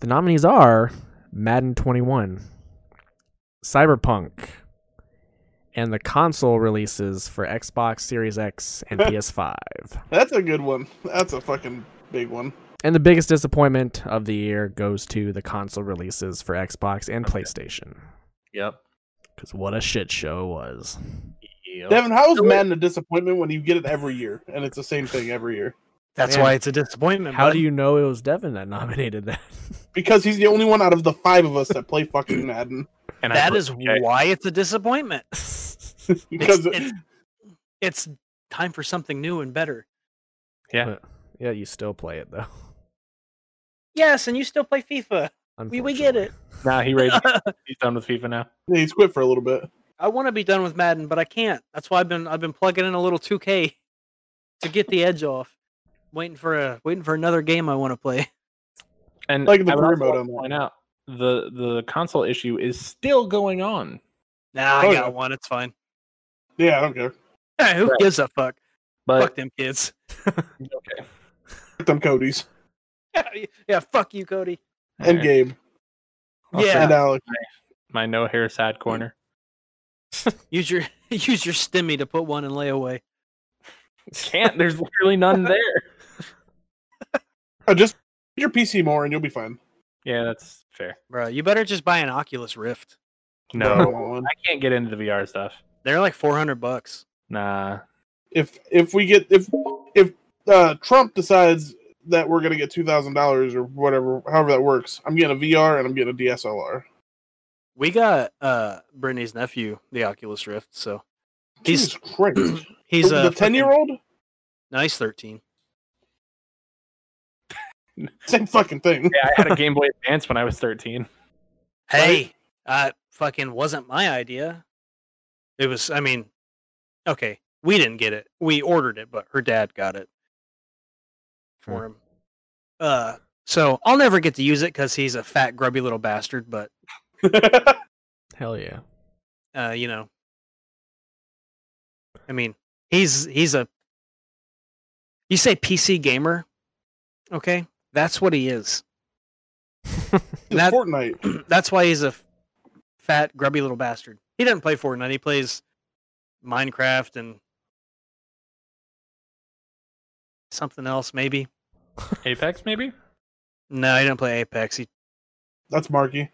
[SPEAKER 1] The nominees are Madden 21, Cyberpunk, and the console releases for Xbox Series X and PS5.
[SPEAKER 3] That's a good one. That's a fucking big one.
[SPEAKER 1] And the biggest disappointment of the year goes to the console releases for Xbox and PlayStation.
[SPEAKER 4] Yep.
[SPEAKER 1] Because what a shit show it was.
[SPEAKER 3] Devin, how is Madden a disappointment when you get it every year and it's the same thing every year?
[SPEAKER 2] That's
[SPEAKER 1] Man.
[SPEAKER 2] why it's a disappointment.
[SPEAKER 1] How
[SPEAKER 2] bud.
[SPEAKER 1] do you know it was Devin that nominated that?
[SPEAKER 3] Because he's the only one out of the five of us that play fucking Madden.
[SPEAKER 4] And I
[SPEAKER 2] That
[SPEAKER 4] put-
[SPEAKER 2] is
[SPEAKER 4] okay.
[SPEAKER 2] why it's a disappointment. It's,
[SPEAKER 3] Because
[SPEAKER 2] it's, it's time for something new and better.
[SPEAKER 4] Yeah.
[SPEAKER 1] But- yeah, you still play it though.
[SPEAKER 2] Yes, and you still play FIFA. We- we get it.
[SPEAKER 4] Now he raged. He's done with FIFA now.
[SPEAKER 3] yeah, he's quit for a little bit.
[SPEAKER 2] I want to be done with Madden, but I can't. That's why I've been I've been plugging in a little 2K to get the edge off. Waiting for a waiting for another game I want to play.
[SPEAKER 4] And
[SPEAKER 3] Like the
[SPEAKER 4] I would
[SPEAKER 3] career
[SPEAKER 4] also
[SPEAKER 3] mode on
[SPEAKER 4] want to
[SPEAKER 3] that.
[SPEAKER 4] Point out the the console issue is still going on.
[SPEAKER 2] Nah, I
[SPEAKER 3] Oh,
[SPEAKER 2] got
[SPEAKER 3] yeah.
[SPEAKER 2] one. It's fine.
[SPEAKER 3] Yeah, I don't care.
[SPEAKER 2] Who
[SPEAKER 4] Right.
[SPEAKER 2] gives a fuck? fuck
[SPEAKER 4] But
[SPEAKER 2] them kids.
[SPEAKER 4] okay.
[SPEAKER 3] Fuck them Cody's
[SPEAKER 2] yeah, fuck you, Cody.
[SPEAKER 3] and
[SPEAKER 4] Alright.
[SPEAKER 3] Gabe
[SPEAKER 4] I'll
[SPEAKER 2] Yeah.
[SPEAKER 4] say
[SPEAKER 3] and Alec.
[SPEAKER 4] My no hair sad corner.
[SPEAKER 2] Use your use your stimmy to put one in layaway.
[SPEAKER 4] Can't. There's literally none there.
[SPEAKER 3] Oh, just get your PC more and you'll be fine.
[SPEAKER 4] Yeah, that's fair.
[SPEAKER 2] Bro, you better just buy an Oculus Rift.
[SPEAKER 4] No,
[SPEAKER 3] But I want one.
[SPEAKER 4] I can't get into the VR stuff.
[SPEAKER 2] They're like four hundred bucks.
[SPEAKER 4] Nah.
[SPEAKER 3] If if we get if if uh, Trump decides that we're gonna get two thousand dollars or whatever, however that works, I'm getting a VR and I'm getting a DSLR.
[SPEAKER 2] We got uh Brittany's nephew the Oculus Rift, so he's
[SPEAKER 3] Jesus Christ!
[SPEAKER 2] he's
[SPEAKER 3] the
[SPEAKER 2] a
[SPEAKER 3] ten year old.
[SPEAKER 2] Nice thirteen.
[SPEAKER 3] Same fucking thing.
[SPEAKER 4] Yeah, I had a Game Boy Advance when I was 13.
[SPEAKER 2] Hey, uh, fucking wasn't my idea. It was. I mean, okay, we didn't get it. We ordered it, but her dad got it for him. Uh, so I'll never get to use it because he's a fat, grubby little bastard. But
[SPEAKER 1] Hell yeah.
[SPEAKER 2] uh, you know, I mean, he's he's a. You say PC gamer, okay? That's what he is.
[SPEAKER 3] It's
[SPEAKER 2] That-
[SPEAKER 3] Fortnite.
[SPEAKER 2] That's why he's a f- fat, grubby little bastard. He doesn't play Fortnite. He plays Minecraft and something else, maybe.
[SPEAKER 4] Apex, maybe?
[SPEAKER 2] No, he doesn't play Apex. He
[SPEAKER 3] That's Marky.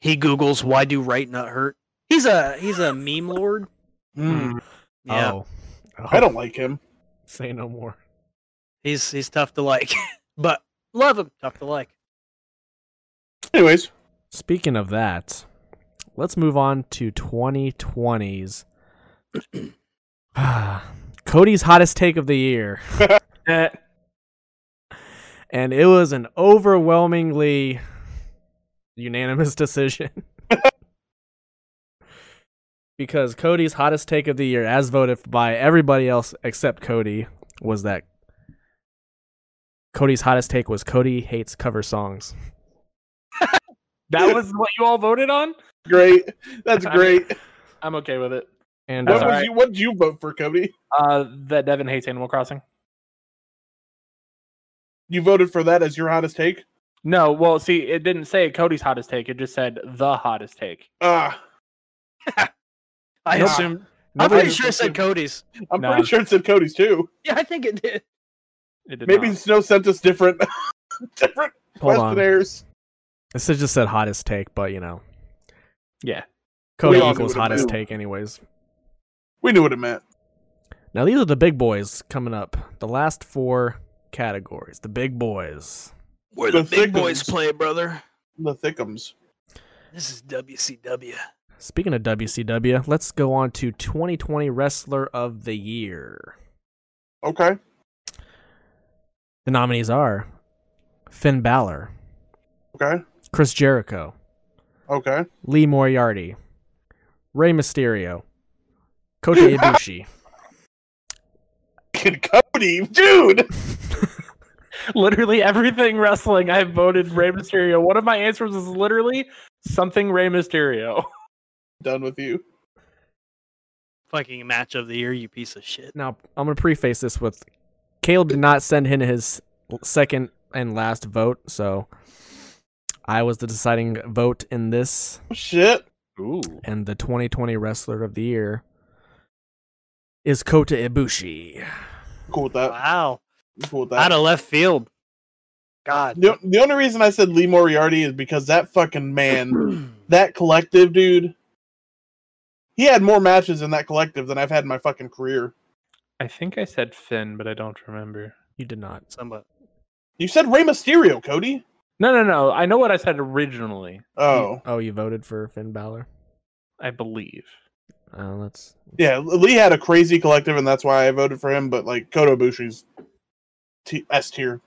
[SPEAKER 2] he googles why do right nut hurt. He's a he's a meme lord.
[SPEAKER 3] Mm.
[SPEAKER 2] Yeah,
[SPEAKER 1] Oh. Oh,
[SPEAKER 3] I don't like him.
[SPEAKER 1] say no more.
[SPEAKER 2] he's he's tough to like, but love him. Tough to like.
[SPEAKER 3] Anyways,
[SPEAKER 1] Speaking of that, let's move on to 2020s. Cody's hottest take of the year.
[SPEAKER 4] Eh,
[SPEAKER 1] And it was an overwhelmingly unanimous decision. because Cody's hottest take of the year, as voted by everybody else except Cody, was that Cody's hottest take was Cody hates cover songs.
[SPEAKER 4] that was what you all voted on.
[SPEAKER 3] great. That's great.
[SPEAKER 4] I'm okay with it.
[SPEAKER 1] And
[SPEAKER 3] What
[SPEAKER 4] That's
[SPEAKER 1] uh,
[SPEAKER 3] was
[SPEAKER 4] alright.
[SPEAKER 3] you? What did you vote for, Cody?
[SPEAKER 4] Uh, that Devin hates Animal Crossing.
[SPEAKER 3] You voted for that as your hottest take.
[SPEAKER 4] No, well, see, it didn't say Cody's hottest take. It just said the hottest take.
[SPEAKER 3] Ah,
[SPEAKER 2] I
[SPEAKER 3] Nope.
[SPEAKER 2] assume. I'm
[SPEAKER 1] nobody-
[SPEAKER 2] pretty sure it said Cody's.
[SPEAKER 3] I'm
[SPEAKER 4] Nah.
[SPEAKER 3] pretty sure it said Cody's too.
[SPEAKER 2] Yeah, I think it did.
[SPEAKER 4] It did
[SPEAKER 3] Maybe
[SPEAKER 4] not.
[SPEAKER 3] Snow sent us different, different
[SPEAKER 1] hold on.
[SPEAKER 3] questionnaires.
[SPEAKER 1] This is just said hottest take, but you know.
[SPEAKER 4] Yeah.
[SPEAKER 1] Cody
[SPEAKER 3] We all
[SPEAKER 1] equals
[SPEAKER 3] knew what it
[SPEAKER 1] hottest
[SPEAKER 3] meant.
[SPEAKER 1] take, anyways.
[SPEAKER 3] We knew what it meant.
[SPEAKER 1] Now these are the big boys coming up. The last four categories, the big boys.
[SPEAKER 2] Where
[SPEAKER 3] the The big thick boys ones.
[SPEAKER 2] play, brother.
[SPEAKER 3] The thickums.
[SPEAKER 2] This is WCW.
[SPEAKER 1] Speaking of WCW, let's go on to 2020 Wrestler of the Year.
[SPEAKER 3] Okay.
[SPEAKER 1] The nominees are Finn Balor,
[SPEAKER 3] Okay.
[SPEAKER 1] Chris Jericho,
[SPEAKER 3] Okay.
[SPEAKER 1] Lee Moriarty, Rey Mysterio, Kota Ibushi.
[SPEAKER 3] Cody, dude.
[SPEAKER 4] Literally everything wrestling, I voted Rey Mysterio. One of my answers is literally something Rey Mysterio.
[SPEAKER 3] Done with you.
[SPEAKER 2] Fucking match of the year, you piece of shit.
[SPEAKER 1] Now, I'm going to preface this with Caleb did not send in his second and last vote, so I was the deciding vote in this,
[SPEAKER 3] Shit.
[SPEAKER 4] Ooh.
[SPEAKER 1] and the 2020 Wrestler of the Year is Kota Ibushi.
[SPEAKER 3] Cool with that.
[SPEAKER 2] Wow.
[SPEAKER 3] Cool with
[SPEAKER 2] Out
[SPEAKER 3] Uh, that.
[SPEAKER 2] of left field. God.
[SPEAKER 3] The, the only reason I said Lee Moriarty is because that fucking man, that collective, dude. He had more matches in that collective than I've had in my fucking career.
[SPEAKER 4] I think I said Finn, but I don't remember.
[SPEAKER 1] You did not.
[SPEAKER 2] Somebody.
[SPEAKER 3] You said Rey Mysterio, Cody.
[SPEAKER 4] No, no, no. I know what I said originally,
[SPEAKER 3] Oh,
[SPEAKER 1] Oh, you voted for Finn Balor?
[SPEAKER 4] I believe.
[SPEAKER 1] Uh, let's.
[SPEAKER 3] yeah. Lee had a crazy collective, and that's why I voted for him. But like Kota Ibushi's t- S tier.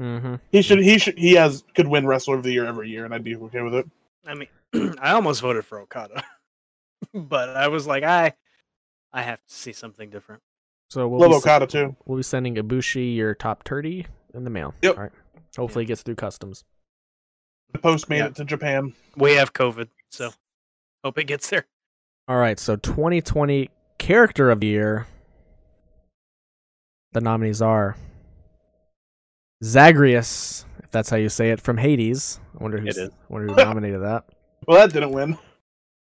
[SPEAKER 1] Mm-hmm.
[SPEAKER 3] He should. He should. He has could win Wrestler of the Year every year, and I'd be okay with it.
[SPEAKER 2] I mean, I almost voted for Okada, but I was like, I, I have to see something different.
[SPEAKER 1] So we'll
[SPEAKER 3] Love
[SPEAKER 1] be, se-
[SPEAKER 3] Okada too.
[SPEAKER 1] we'll be sending Ibushi your top 30 in the mail.
[SPEAKER 3] Yep.
[SPEAKER 1] All right. Hopefully, it gets through customs.
[SPEAKER 3] The post made
[SPEAKER 2] Yeah.
[SPEAKER 3] it to Japan.
[SPEAKER 2] We have COVID, so hope it gets there.
[SPEAKER 1] All right. So 2020 Character of the Year. The nominees are Zagreus, if that's how you say it, from Hades. I wonder who's,
[SPEAKER 4] It is.
[SPEAKER 1] I wonder who nominated that.
[SPEAKER 3] Well, that didn't win.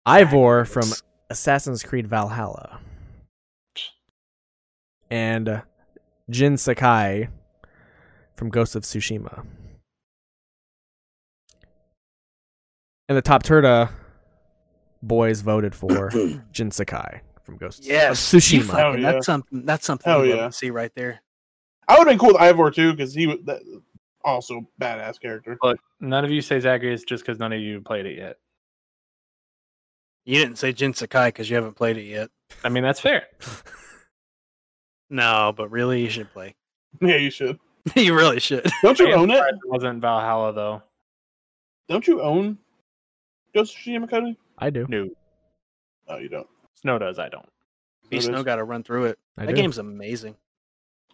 [SPEAKER 1] Ivor from
[SPEAKER 2] It's-
[SPEAKER 1] Assassin's Creed Valhalla. And uh, Jin Sakai from Ghost of Tsushima. And the top turda boys voted for Jin Sakai from Ghost of
[SPEAKER 2] yes,
[SPEAKER 1] Tsushima.
[SPEAKER 2] you fucking-
[SPEAKER 3] Hell yeah.
[SPEAKER 2] That's something. That's something.
[SPEAKER 3] Hell
[SPEAKER 2] Hell
[SPEAKER 3] yeah.
[SPEAKER 2] yeah. See right there.
[SPEAKER 3] I would have been cool with Ivor too, because he was that, also badass character.
[SPEAKER 4] Look, none of you say Zacharias just because none of you played it yet.
[SPEAKER 2] You didn't say Jin Sakai because you haven't played it yet.
[SPEAKER 4] I mean, that's fair.
[SPEAKER 2] No, but really, you should play.
[SPEAKER 3] Yeah, you should.
[SPEAKER 2] you really should.
[SPEAKER 3] Don't you
[SPEAKER 4] I am
[SPEAKER 3] own it?
[SPEAKER 4] surprised It wasn't Valhalla though.
[SPEAKER 3] Don't you own Ghost of Tsushima, Cody?
[SPEAKER 1] I do.
[SPEAKER 4] No,
[SPEAKER 3] Oh, you don't.
[SPEAKER 4] Snow does. I don't.
[SPEAKER 3] It
[SPEAKER 2] You snow
[SPEAKER 3] is.
[SPEAKER 2] got to run through it.
[SPEAKER 1] I
[SPEAKER 2] that
[SPEAKER 1] do.
[SPEAKER 2] game's amazing.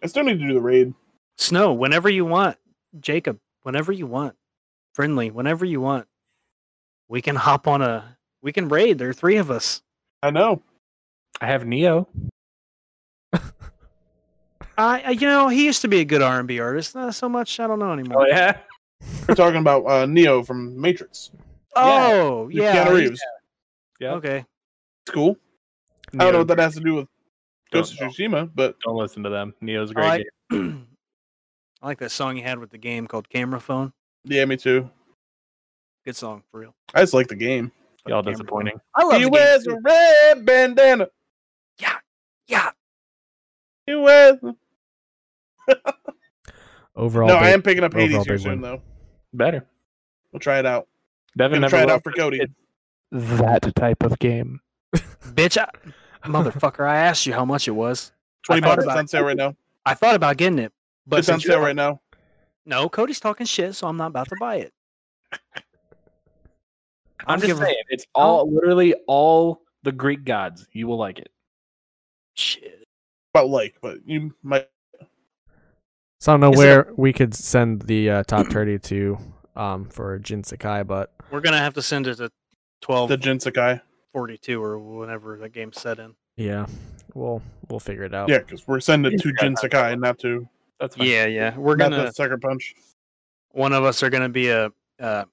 [SPEAKER 3] I still need to do the raid.
[SPEAKER 2] Snow, whenever you want, Jacob, whenever you want, friendly, whenever you want, we can hop on a. We can raid. There are three of us.
[SPEAKER 3] I know.
[SPEAKER 4] I have Neo.
[SPEAKER 2] I, I- you know, he used to be a good R and B artist. Not so much. I don't know
[SPEAKER 3] Oh,
[SPEAKER 2] anymore.
[SPEAKER 4] Oh, yeah.
[SPEAKER 3] We're talking about uh, Neo from Matrix.
[SPEAKER 2] Oh,
[SPEAKER 3] With
[SPEAKER 2] yeah.
[SPEAKER 3] Keanu
[SPEAKER 2] he-
[SPEAKER 3] Reeves.
[SPEAKER 4] Yeah.
[SPEAKER 2] Okay.
[SPEAKER 3] It's cool. I don't know what that has to do with Ghost of Tsushima, but
[SPEAKER 4] Don't listen to them. Neo's a great.
[SPEAKER 2] I
[SPEAKER 4] game.
[SPEAKER 2] like, I like that song you had with the game called Camera Phone.
[SPEAKER 3] yeah, me too.
[SPEAKER 2] Good song for real.
[SPEAKER 3] I just like the game.
[SPEAKER 2] Fucking
[SPEAKER 4] Y'all
[SPEAKER 2] Camera Phone.
[SPEAKER 4] disappointing.
[SPEAKER 2] I love the
[SPEAKER 3] he
[SPEAKER 2] game
[SPEAKER 3] wears
[SPEAKER 2] too.
[SPEAKER 3] a red bandana.
[SPEAKER 2] Yeah,
[SPEAKER 3] You win.
[SPEAKER 1] Overall,
[SPEAKER 3] no,
[SPEAKER 1] big-
[SPEAKER 3] I am picking up Hades
[SPEAKER 1] overall
[SPEAKER 3] here
[SPEAKER 1] big
[SPEAKER 3] soon
[SPEAKER 1] win.
[SPEAKER 3] though.
[SPEAKER 4] Better.
[SPEAKER 3] We'll try it out.
[SPEAKER 4] Devin
[SPEAKER 3] Gonna
[SPEAKER 4] never
[SPEAKER 3] try it
[SPEAKER 4] will,
[SPEAKER 3] out for
[SPEAKER 4] but
[SPEAKER 3] Cody.
[SPEAKER 4] it's That type of game.
[SPEAKER 2] Bitch, I, motherfucker, I asked you how much it was.
[SPEAKER 3] Twenty
[SPEAKER 2] I thought
[SPEAKER 3] bucks. It's
[SPEAKER 2] about
[SPEAKER 3] on sale right now.
[SPEAKER 2] I thought about getting it, but
[SPEAKER 3] It's on
[SPEAKER 2] since you're-
[SPEAKER 3] sale right now.
[SPEAKER 2] No, Cody's talking shit, so I'm not about to buy it. I
[SPEAKER 4] I'm
[SPEAKER 2] don't
[SPEAKER 4] just
[SPEAKER 2] give a-
[SPEAKER 4] saying, it's all literally all the Greek gods. You will like it.
[SPEAKER 2] Shit.
[SPEAKER 3] About like, but you might.
[SPEAKER 1] So I don't know
[SPEAKER 2] Is it a-
[SPEAKER 1] where we could send the uh, top thirty to um, for Jin Sakai, but
[SPEAKER 2] We're gonna have to send it to twelve
[SPEAKER 3] The Jinsekai.
[SPEAKER 2] forty two or whenever the game's set in.
[SPEAKER 1] yeah, we'll we'll figure it out.
[SPEAKER 3] Yeah, because we're sending it to
[SPEAKER 4] Yeah.
[SPEAKER 3] Jinsekai, not to
[SPEAKER 4] That's fine.
[SPEAKER 2] Yeah, yeah. We're
[SPEAKER 3] not
[SPEAKER 2] gonna
[SPEAKER 3] to Sucker Punch.
[SPEAKER 2] one of us are gonna be a uh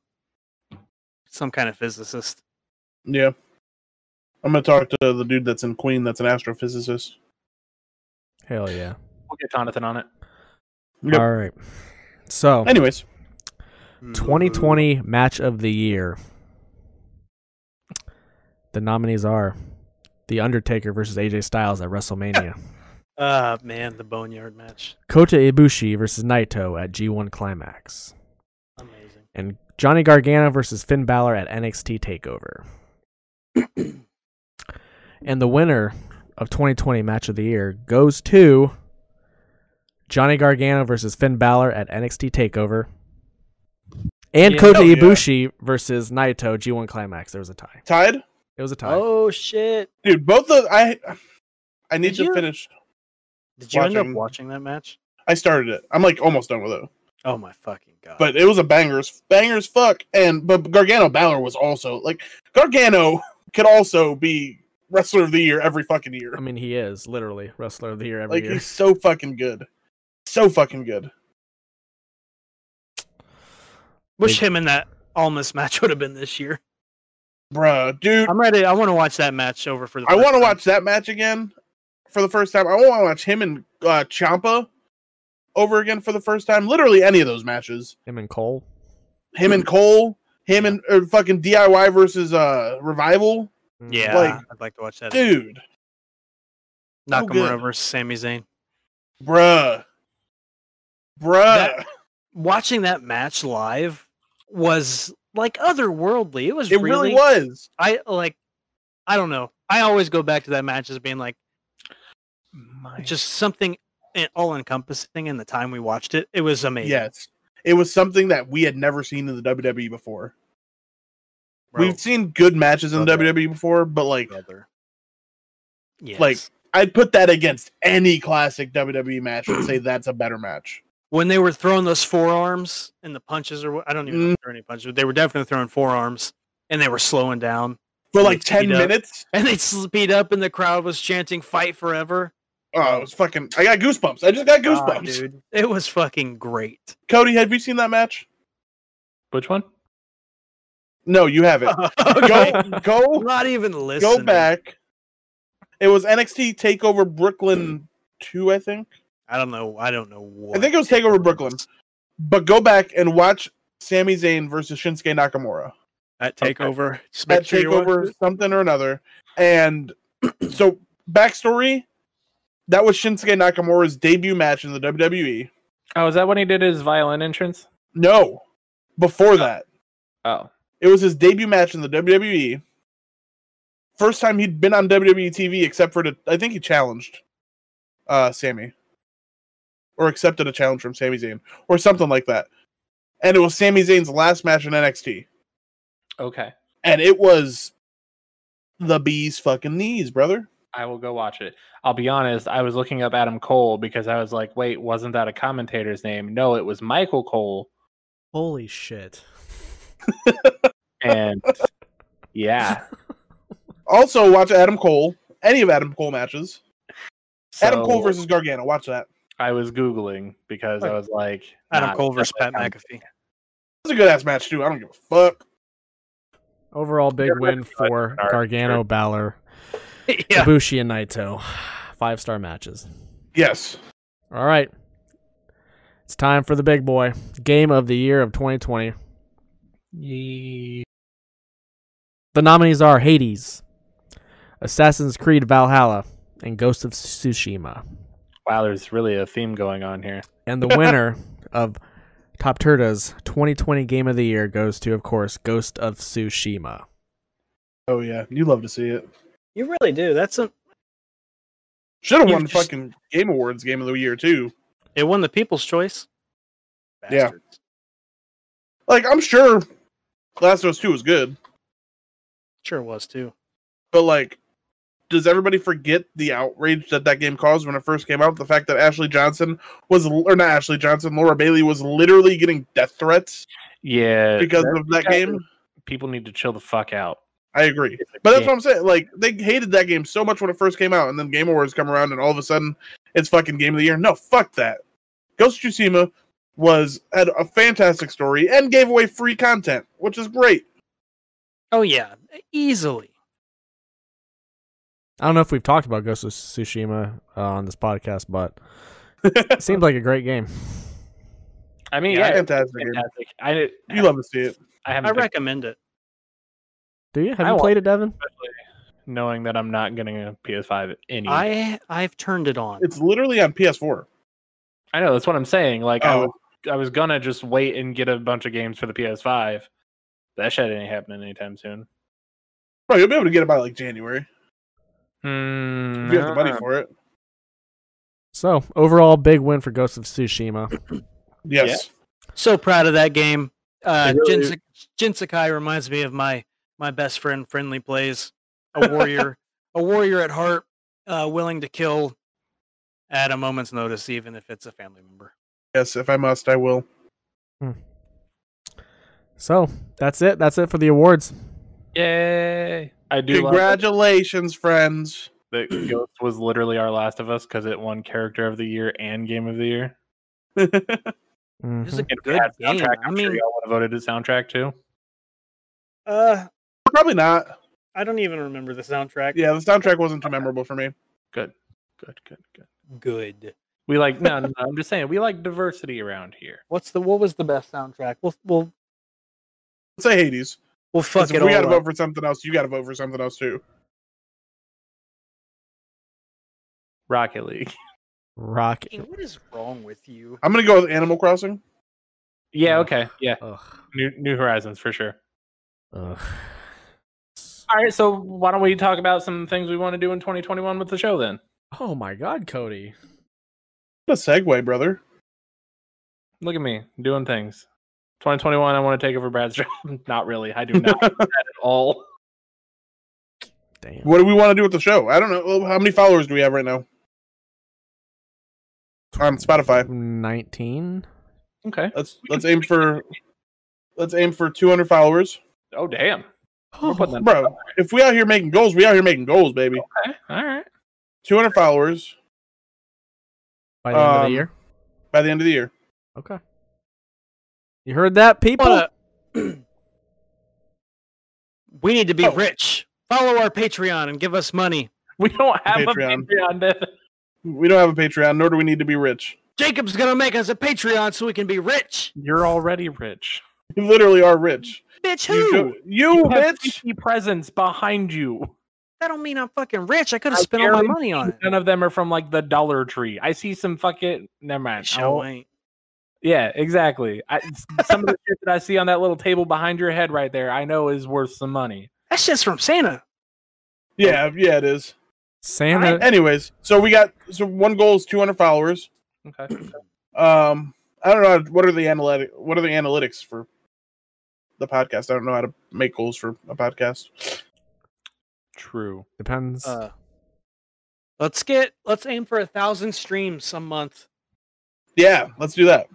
[SPEAKER 2] some kind of physicist.
[SPEAKER 3] Yeah. I'm gonna talk to the dude that's in Queen. That's an astrophysicist.
[SPEAKER 1] Hell yeah!
[SPEAKER 4] We'll get Jonathan on it.
[SPEAKER 3] Yep.
[SPEAKER 1] All right. So
[SPEAKER 3] Anyways,
[SPEAKER 1] 2020 match of the year. The nominees are The Undertaker versus AJ Styles at WrestleMania,
[SPEAKER 2] Uh man, the boneyard match.
[SPEAKER 1] Kota Ibushi versus Naito at G1 Climax,
[SPEAKER 2] Amazing.
[SPEAKER 1] and Johnny Gargano versus Finn Balor at NXT Takeover. and the winner of 2020 match of the year goes to Johnny Gargano versus Finn Balor at NXT Takeover. And
[SPEAKER 4] Yeah.
[SPEAKER 1] Kota
[SPEAKER 3] Hell yeah.
[SPEAKER 1] Ibushi versus Naito G1 Climax. There was a tie.
[SPEAKER 3] tied,
[SPEAKER 1] It was a tie.
[SPEAKER 2] Oh shit.
[SPEAKER 3] dude. Both of I, I need
[SPEAKER 2] Did
[SPEAKER 3] to
[SPEAKER 2] you-
[SPEAKER 3] finish.
[SPEAKER 2] Did you end up
[SPEAKER 3] Watching-
[SPEAKER 2] watching that match?
[SPEAKER 3] I started it. I'm like almost done with it,
[SPEAKER 2] Oh my fucking god.
[SPEAKER 3] but it was a bangers, bangers, fuck. And but Gargano Balor was also like Gargano could also be wrestler of the year every fucking year.
[SPEAKER 1] I mean, he is literally wrestler of the year every
[SPEAKER 3] like
[SPEAKER 1] year.
[SPEAKER 3] he's so fucking good, so fucking good.
[SPEAKER 2] wish
[SPEAKER 1] Big-
[SPEAKER 2] him and that Almas match would have been this year.
[SPEAKER 3] Bruh, dude,
[SPEAKER 2] I'm ready. I want to watch that match over for the
[SPEAKER 3] I
[SPEAKER 2] first
[SPEAKER 3] want to
[SPEAKER 2] time.
[SPEAKER 3] watch that match again for the first time. I want to watch him and uh, Champa over again for the first time. Literally any of those matches.
[SPEAKER 1] Him and Cole.
[SPEAKER 3] him and Cole, him and or fucking DIY versus uh Revival,
[SPEAKER 2] Yeah,
[SPEAKER 3] like,
[SPEAKER 2] I'd like to watch that. again.
[SPEAKER 3] dude, so
[SPEAKER 2] Nakamura
[SPEAKER 3] good.
[SPEAKER 2] versus Sami Zayn.
[SPEAKER 3] bruh, bruh.
[SPEAKER 2] That- Watching that match live was like otherworldly. It was
[SPEAKER 3] it really was.
[SPEAKER 2] I like. I don't know. I always go back to that match as being like
[SPEAKER 4] My
[SPEAKER 2] just something all encompassing. In the time we watched it, it was amazing.
[SPEAKER 3] Yes, it was something that we had never seen in the WWE before.
[SPEAKER 2] bro,
[SPEAKER 3] We've seen good matches in the
[SPEAKER 2] Love that.
[SPEAKER 3] WWE before, but like
[SPEAKER 2] brother. Yes.
[SPEAKER 3] like- I'd put that against any classic WWE match and say that's a better match.
[SPEAKER 2] when they were throwing those forearms and the punches, or what- I don't even
[SPEAKER 3] Mm.
[SPEAKER 2] know if there were any punches, but they were definitely throwing forearms, and they were slowing down,
[SPEAKER 3] For
[SPEAKER 2] They
[SPEAKER 3] like ten
[SPEAKER 2] teed up.
[SPEAKER 3] minutes,
[SPEAKER 2] and they speed up, and the crowd was chanting "Fight forever." Ah,
[SPEAKER 3] oh, it was fucking. I got goosebumps. I just got
[SPEAKER 4] God,
[SPEAKER 3] goosebumps.
[SPEAKER 4] dude.
[SPEAKER 2] It was fucking great.
[SPEAKER 3] Cody, have you seen that match?
[SPEAKER 4] Which one?
[SPEAKER 3] No, you haven't.
[SPEAKER 2] Okay,
[SPEAKER 3] go, go
[SPEAKER 2] I'm not even listening.
[SPEAKER 3] go back. It was NXT Takeover Brooklyn two, I think.
[SPEAKER 2] I don't know. I don't know what.
[SPEAKER 3] I think it was Takeover Brooklyn. But go back and watch Sami Zayn versus Shinsuke Nakamura
[SPEAKER 2] At
[SPEAKER 4] Okay.
[SPEAKER 2] takeover. Just
[SPEAKER 3] at
[SPEAKER 2] make sure you watch
[SPEAKER 3] Takeover
[SPEAKER 2] it.
[SPEAKER 3] something or another. And so backstory, that was Shinsuke Nakamura's debut match in the WWE.
[SPEAKER 4] Oh, is that when he did his violin entrance?
[SPEAKER 3] No, before that.
[SPEAKER 4] Oh,
[SPEAKER 3] It was his debut match in the WWE. First time he'd been on WWE TV, except for the, I think he challenged uh, Sammy, or accepted a challenge from Sami Zayn, or something like that. And it was Sami Zayn's last match in NXT,
[SPEAKER 4] okay.
[SPEAKER 3] and it was the bee's fucking knees, brother.
[SPEAKER 4] I will go watch it. I'll be honest. I was looking up Adam Cole because I was like, wait, wasn't that a commentator's name? No, it was Michael Cole.
[SPEAKER 1] Holy shit.
[SPEAKER 4] And yeah.
[SPEAKER 3] Also, watch Adam Cole, any of Adam Cole matches. Adam Cole
[SPEAKER 4] So,
[SPEAKER 3] versus Gargano. Watch that.
[SPEAKER 4] I was Googling because I was like,
[SPEAKER 2] Adam
[SPEAKER 4] nah,
[SPEAKER 2] Cole versus Pat
[SPEAKER 4] definitely
[SPEAKER 2] McAfee.
[SPEAKER 3] It's a good ass match too. I don't give a fuck.
[SPEAKER 1] Overall big
[SPEAKER 4] They're
[SPEAKER 1] win
[SPEAKER 4] looking good,
[SPEAKER 1] for
[SPEAKER 4] Bernard,
[SPEAKER 1] Gargano,
[SPEAKER 4] sure.
[SPEAKER 1] Balor,
[SPEAKER 2] yeah.
[SPEAKER 1] Ibushi, and Naito. Five star matches.
[SPEAKER 3] Yes,
[SPEAKER 1] All right. It's time for the big boy. Game of the year of 2020.
[SPEAKER 4] Ye-
[SPEAKER 1] The nominees are Hades, Assassin's Creed Valhalla, and Ghost of Tsushima.
[SPEAKER 4] Wow, there's really a theme going on here.
[SPEAKER 1] And the winner of Top Turta's 2020 Game of the Year goes to, of course, Ghost of Tsushima.
[SPEAKER 3] Oh yeah, you love to see it.
[SPEAKER 2] You really do. That's a.
[SPEAKER 3] Should have
[SPEAKER 2] You
[SPEAKER 3] won the
[SPEAKER 2] just-
[SPEAKER 3] fucking Game Awards Game of the Year too.
[SPEAKER 2] It won the People's Choice.
[SPEAKER 3] Yeah.
[SPEAKER 2] Bastards.
[SPEAKER 3] Like I'm sure Last of Us Two was good,
[SPEAKER 2] Sure was too.
[SPEAKER 3] but like, does everybody forget the outrage that that game caused when it first came out? The fact that Ashley Johnson was, or not Ashley Johnson, Laura Bailey was literally getting death threats
[SPEAKER 4] Yeah,
[SPEAKER 3] because of that game.
[SPEAKER 4] people need to chill the fuck out.
[SPEAKER 3] I agree.
[SPEAKER 4] It's a
[SPEAKER 3] But that's
[SPEAKER 4] game.
[SPEAKER 3] what I'm saying. Like they hated that game so much when it first came out, and then Game Awards come around, and all of a sudden it's fucking Game of the Year. No, fuck that. Ghost of Tsushima was had a fantastic story and gave away free content, which is great.
[SPEAKER 2] Oh yeah, easily.
[SPEAKER 1] I don't know if we've talked about Ghost of Tsushima uh, on this podcast, but it seems like a great game.
[SPEAKER 4] I mean,
[SPEAKER 3] Yeah,
[SPEAKER 4] yeah, it's
[SPEAKER 3] fantastic game.
[SPEAKER 4] fantastic. I
[SPEAKER 3] You love to see it.
[SPEAKER 4] I
[SPEAKER 2] I
[SPEAKER 4] haven't picked
[SPEAKER 2] recommend it.
[SPEAKER 1] Do you? Have
[SPEAKER 4] I
[SPEAKER 1] you
[SPEAKER 4] want-
[SPEAKER 1] played it, Devin?
[SPEAKER 4] it, especially knowing that I'm not getting a PS5 any. I,
[SPEAKER 2] I I've turned it on.
[SPEAKER 3] It's literally on PS4.
[SPEAKER 4] I know that's what I'm saying. Like I, was,
[SPEAKER 3] Oh,
[SPEAKER 4] I was gonna just wait and get a bunch of games for the PS5. That shit ain't happening anytime soon.
[SPEAKER 3] bro, you'll be able to get it by like January
[SPEAKER 4] Hmm,
[SPEAKER 3] if you have the money
[SPEAKER 4] nah.
[SPEAKER 3] for it.
[SPEAKER 1] So, overall, big win for Ghost of Tsushima.
[SPEAKER 3] Yes,
[SPEAKER 2] So proud of that game. Uh,
[SPEAKER 4] It really
[SPEAKER 2] Jin, Sa- Jin Sakai reminds me of my my best friend. Friendly plays a warrior, a warrior at heart, uh, willing to kill at a moment's notice, even if it's a family member.
[SPEAKER 3] yes. If I must, I will.
[SPEAKER 1] So, that's it. That's it for the awards.
[SPEAKER 4] Yay! I do. Love
[SPEAKER 3] Congratulations, friends.
[SPEAKER 4] that Ghost was literally our Last of Us because it won Character of the Year and Game of the Year.
[SPEAKER 2] This is a
[SPEAKER 1] Mhm.
[SPEAKER 4] And if it
[SPEAKER 2] good
[SPEAKER 4] had
[SPEAKER 2] game.
[SPEAKER 4] soundtrack,
[SPEAKER 2] I
[SPEAKER 4] I'm sure
[SPEAKER 2] mean,
[SPEAKER 4] y'all would have voted the soundtrack too.
[SPEAKER 2] uh,
[SPEAKER 3] Probably not.
[SPEAKER 2] I don't even remember the soundtrack.
[SPEAKER 3] Yeah, the soundtrack wasn't too memorable for me.
[SPEAKER 4] Good, good, good, good.
[SPEAKER 2] good.
[SPEAKER 4] We like no, no, no. I'm just saying we like diversity around here.
[SPEAKER 2] What's the what was the best soundtrack? We'll we'll
[SPEAKER 3] Let's say Hades.
[SPEAKER 2] we'll
[SPEAKER 3] 'Cause
[SPEAKER 2] fuck
[SPEAKER 3] if
[SPEAKER 2] it
[SPEAKER 3] we
[SPEAKER 2] all
[SPEAKER 3] gotta vote
[SPEAKER 2] up.
[SPEAKER 3] for something else. You gotta vote for something else too.
[SPEAKER 4] Rocket League.
[SPEAKER 1] Rock.
[SPEAKER 2] Hey, What is wrong with you?
[SPEAKER 3] I'm gonna go with Animal Crossing.
[SPEAKER 4] Yeah.
[SPEAKER 1] Oh.
[SPEAKER 4] Okay. Yeah.
[SPEAKER 1] Ugh.
[SPEAKER 4] New New Horizons for sure.
[SPEAKER 1] Ugh.
[SPEAKER 4] All right. So why don't we talk about some things we want to do in 2021 with the show then?
[SPEAKER 1] Oh my God, Cody.
[SPEAKER 3] What a segue, brother.
[SPEAKER 4] Look at me doing things. 2021. I want to take over Brad's job. not really. I do not want that at all.
[SPEAKER 1] Damn.
[SPEAKER 3] What do we want to do with the show? I don't know. Well, How many followers do we have right now on Spotify?
[SPEAKER 1] 19?
[SPEAKER 4] Okay.
[SPEAKER 3] Let's let's aim for let's aim for 200 followers,
[SPEAKER 4] Oh damn. We're putting
[SPEAKER 1] Oh,
[SPEAKER 4] that
[SPEAKER 3] bro. If we out here making goals, we out here making goals, baby.
[SPEAKER 4] Okay. All right.
[SPEAKER 3] 200 followers
[SPEAKER 1] by the end of the
[SPEAKER 3] um,
[SPEAKER 1] year?
[SPEAKER 3] by the end of the year.
[SPEAKER 1] Okay. You heard that, people?
[SPEAKER 2] What a- we need to be
[SPEAKER 3] Oh.
[SPEAKER 2] rich. Follow our Patreon and give us money.
[SPEAKER 4] We don't have
[SPEAKER 3] Patreon.
[SPEAKER 4] a Patreon. Devin.
[SPEAKER 3] We don't have a Patreon, nor do we need to be rich.
[SPEAKER 2] Jacob's gonna make us a Patreon so we can be rich.
[SPEAKER 4] You're already rich.
[SPEAKER 3] We literally are rich.
[SPEAKER 2] Bitch,
[SPEAKER 3] You,
[SPEAKER 2] who?
[SPEAKER 3] go- you
[SPEAKER 4] You have
[SPEAKER 3] bitch.
[SPEAKER 4] 50 presents behind you.
[SPEAKER 2] That don't mean I'm fucking rich. I could
[SPEAKER 4] I
[SPEAKER 2] have spent all my
[SPEAKER 4] guarantee
[SPEAKER 2] money on it.
[SPEAKER 4] None of them are from like the Dollar Tree. I see some fucking. Never mind. I
[SPEAKER 2] Show
[SPEAKER 4] won't-
[SPEAKER 2] ain't.
[SPEAKER 4] Yeah, exactly. I, some of the shit that I see on that little table behind your head right there, I know is worth some money.
[SPEAKER 2] That shit's from Santa.
[SPEAKER 3] Yeah, yeah, it is.
[SPEAKER 1] Santa.
[SPEAKER 3] Anyways, so we got so one goal is 200 followers.
[SPEAKER 4] Okay.
[SPEAKER 3] Um, I don't know what are the analytic what are the analytics for the podcast. I don't know how to make goals for a podcast.
[SPEAKER 4] True.
[SPEAKER 1] Depends.
[SPEAKER 2] Uh, let's get let's aim for a thousand streams some month.
[SPEAKER 3] Yeah, let's do that.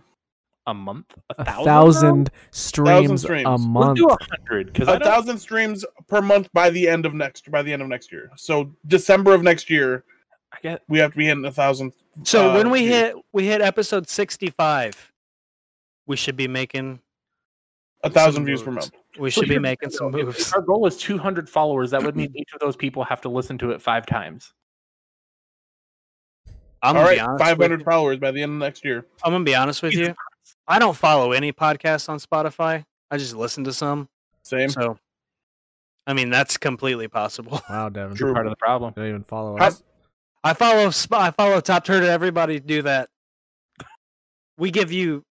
[SPEAKER 4] A month?
[SPEAKER 1] a
[SPEAKER 4] A
[SPEAKER 1] thousand,
[SPEAKER 4] thousand?
[SPEAKER 1] streams
[SPEAKER 3] streams.
[SPEAKER 1] a
[SPEAKER 3] Let's
[SPEAKER 4] now? Let's
[SPEAKER 1] month.
[SPEAKER 4] do a hundred because I
[SPEAKER 3] A
[SPEAKER 4] don't,
[SPEAKER 3] thousand streams per month by the end of next by the end of next year. So December of next year,
[SPEAKER 4] I get
[SPEAKER 3] we have to be hitting a thousand.
[SPEAKER 2] So
[SPEAKER 3] Uh,
[SPEAKER 2] when we
[SPEAKER 3] dude.
[SPEAKER 2] hit we hit episode sixty five, we should be making
[SPEAKER 3] A thousand
[SPEAKER 2] Some
[SPEAKER 3] views per
[SPEAKER 2] moves.
[SPEAKER 3] month.
[SPEAKER 2] we
[SPEAKER 4] So
[SPEAKER 2] should be
[SPEAKER 4] here's the
[SPEAKER 2] making
[SPEAKER 4] deal.
[SPEAKER 2] some
[SPEAKER 4] If- if
[SPEAKER 2] moves.
[SPEAKER 4] Our goal is 200 followers. That would mean each of those people have to listen to it five times.
[SPEAKER 2] I'm
[SPEAKER 3] All
[SPEAKER 2] gonna
[SPEAKER 3] right,
[SPEAKER 2] be honest.
[SPEAKER 3] five
[SPEAKER 2] with
[SPEAKER 3] hundred
[SPEAKER 2] you.
[SPEAKER 3] followers by the end of next year.
[SPEAKER 2] I'm gonna be honest with
[SPEAKER 4] Jesus
[SPEAKER 2] you. I don't follow any podcasts on Spotify. I just listen to some.
[SPEAKER 3] Same.
[SPEAKER 2] So, I mean, that's completely possible.
[SPEAKER 1] Wow, Devin.
[SPEAKER 3] True.
[SPEAKER 4] Part of the problem.
[SPEAKER 1] Don't even follow
[SPEAKER 3] How-
[SPEAKER 1] us.
[SPEAKER 2] I follow. Sp- I follow Top Turtle. Everybody do that. We give you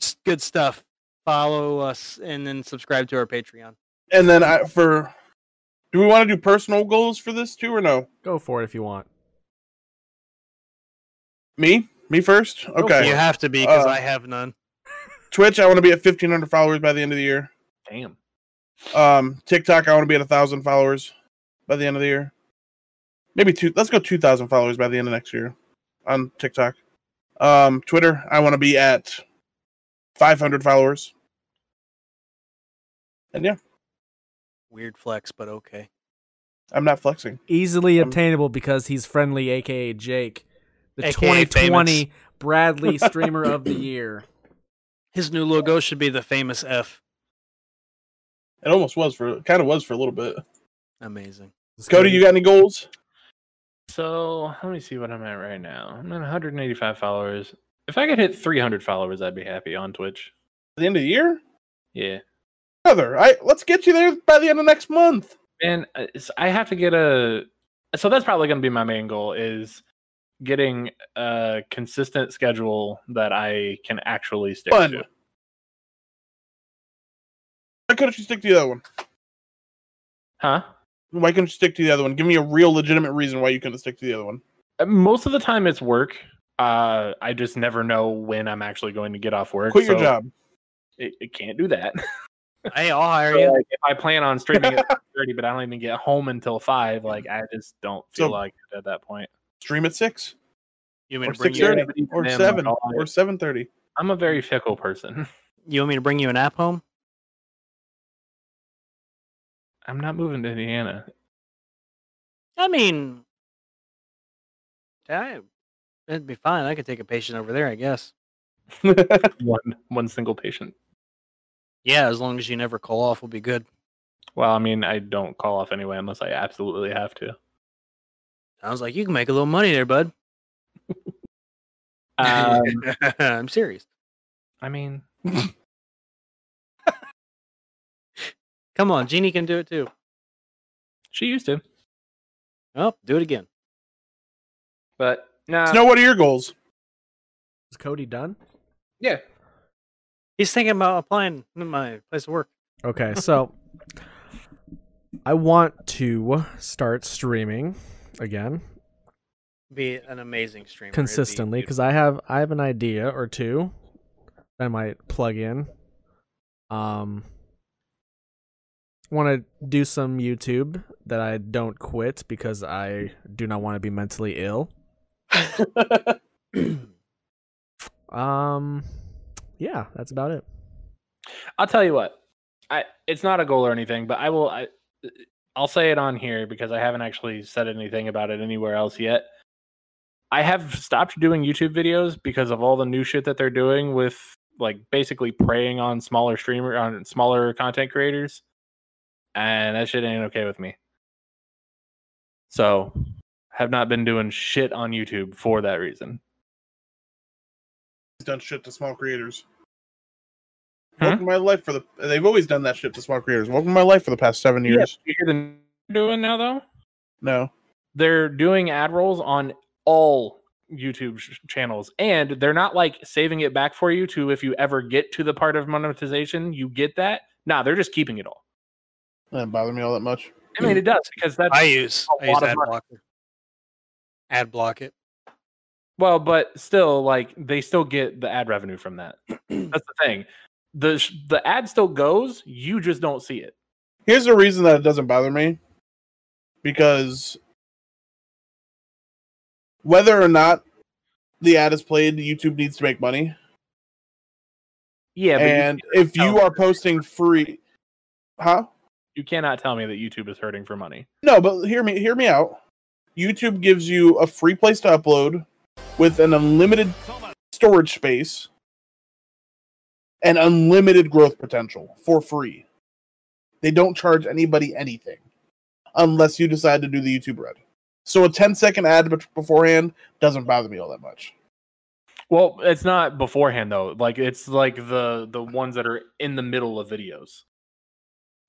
[SPEAKER 2] s- good stuff. Follow us and then subscribe to our Patreon.
[SPEAKER 3] And then I for do we want to do personal goals for this too or no?
[SPEAKER 1] Go for it if you want.
[SPEAKER 3] Me? Me first? Okay.
[SPEAKER 2] You have to be because
[SPEAKER 3] Uh,
[SPEAKER 2] I have none.
[SPEAKER 3] Twitch, I want to be at fifteen hundred followers by the end of the year.
[SPEAKER 4] Damn.
[SPEAKER 3] Um TikTok, I want to be at thousand followers by the end of the year. Maybe two let's go two thousand followers by the end of next year on TikTok. Um Twitter, I want to be at five hundred followers. And yeah,
[SPEAKER 2] Weird flex, but okay.
[SPEAKER 3] I'm not flexing.
[SPEAKER 1] Easily
[SPEAKER 3] Um,
[SPEAKER 1] obtainable because he's friendly, aka Jake, the
[SPEAKER 2] AKA
[SPEAKER 1] 2020 Bradley Streamer of the Year.
[SPEAKER 2] His new logo should be the famous F.
[SPEAKER 3] It almost was for kind of was for a little bit.
[SPEAKER 2] Amazing.
[SPEAKER 3] Cody, you got any goals?
[SPEAKER 4] So let me see what I'm at right now. I'm at 185 followers. If I could hit 300 followers, I'd be happy on Twitch.
[SPEAKER 3] At the end of the year?
[SPEAKER 4] Yeah,
[SPEAKER 3] Brother, I let's get you there by the end of next month.
[SPEAKER 4] man. I- it's- I have to get a. So that's probably going to be my main goal is getting a consistent schedule that I can actually stick
[SPEAKER 3] Fun.
[SPEAKER 4] to.
[SPEAKER 3] Why couldn't you stick to the other one?
[SPEAKER 4] Huh?
[SPEAKER 3] Why couldn't you stick to the other one? Give me a real legitimate reason why you couldn't stick to the other one.
[SPEAKER 4] Uh, Most of the time it's work. Uh, I just never know when I'm actually going to get off work.
[SPEAKER 3] Quit your
[SPEAKER 4] so
[SPEAKER 3] job.
[SPEAKER 4] It, it can't do that.
[SPEAKER 2] Hey, I'll hire
[SPEAKER 4] So,
[SPEAKER 2] you.
[SPEAKER 4] like, if I plan on streaming at thirty, but I don't even get home until five, like I just don't feel
[SPEAKER 3] So-
[SPEAKER 4] like it at that point.
[SPEAKER 3] Stream at six
[SPEAKER 2] You want
[SPEAKER 3] or
[SPEAKER 2] me to bring
[SPEAKER 3] six
[SPEAKER 2] you?
[SPEAKER 3] thirty
[SPEAKER 4] Yeah, but even
[SPEAKER 3] or
[SPEAKER 4] then,
[SPEAKER 3] seven
[SPEAKER 4] like, all I-
[SPEAKER 3] or seven thirty.
[SPEAKER 4] I'm a very fickle person.
[SPEAKER 2] You want me to bring you an app home?
[SPEAKER 4] I'm not moving to Indiana.
[SPEAKER 2] I mean, I, it'd be fine. I could take a patient over there, I guess.
[SPEAKER 4] One one single patient.
[SPEAKER 2] Yeah, as long as you never call off, will be good.
[SPEAKER 4] Well, I mean, I don't call off anyway unless I absolutely have to.
[SPEAKER 2] Sounds like you can make a little money there, bud.
[SPEAKER 4] Um,
[SPEAKER 2] I'm serious.
[SPEAKER 4] I mean,
[SPEAKER 2] Come on, Jeannie can do it too.
[SPEAKER 4] she used to,
[SPEAKER 2] Oh, do it again.
[SPEAKER 4] but nah,
[SPEAKER 3] Snow, what are your goals?
[SPEAKER 1] Is Cody done?
[SPEAKER 4] yeah.
[SPEAKER 2] He's thinking about applying to my place of work.
[SPEAKER 1] Okay, so I want to start streaming again
[SPEAKER 2] Be an amazing streamer. It'd be
[SPEAKER 1] consistently
[SPEAKER 2] beautiful.
[SPEAKER 1] because I have I have an idea or two that I might plug in. Um, want to do some YouTube that I don't quit because I do not want to be mentally ill. Um, yeah, that's about it.
[SPEAKER 4] I'll tell you what. I it's not a goal or anything, but I will I I'll say it on here because I haven't actually said anything about it anywhere else yet. I have stopped doing YouTube videos because of all the new shit that they're doing with like basically preying on smaller streamer on smaller content creators. And that shit ain't okay with me. So, have not been doing shit on YouTube for that reason.
[SPEAKER 3] He's done shit to small creators.
[SPEAKER 4] Hmm?
[SPEAKER 3] Welcome to my life for the. They've always done that shit to small creators. Welcome to my life for the past seven years.
[SPEAKER 4] You hear the n- doing now though?
[SPEAKER 3] No,
[SPEAKER 4] they're doing ad rolls on all YouTube sh- channels, and they're not like saving it back for you to if you ever get to the part of monetization, you get that. Nah, they're just keeping it all.
[SPEAKER 3] doesn't bother me all that much.
[SPEAKER 4] I mean, it does because that's
[SPEAKER 2] I use
[SPEAKER 4] a
[SPEAKER 2] I use
[SPEAKER 4] lot of
[SPEAKER 2] ad
[SPEAKER 4] money.
[SPEAKER 2] blocker. Ad block it.
[SPEAKER 4] well, but still, like they still get the ad revenue from that. that's the thing. the sh- The ad still goes. You just don't see it.
[SPEAKER 3] Here's the reason that it doesn't bother me because whether or not the ad is played, YouTube needs to make money.
[SPEAKER 4] Yeah, but you-
[SPEAKER 3] and if you
[SPEAKER 4] tell
[SPEAKER 3] are posting free, huh?
[SPEAKER 4] you cannot tell me that YouTube is hurting for money.
[SPEAKER 3] No, but hear me, hear me out. YouTube gives you a free place to upload with an unlimited storage space and unlimited growth potential for free. They don't charge anybody anything unless you decide to do the YouTube red. So a 10 second ad bet- beforehand doesn't bother me all that much.
[SPEAKER 4] Well, it's not beforehand though. Like it's like the the ones that are in the middle of videos.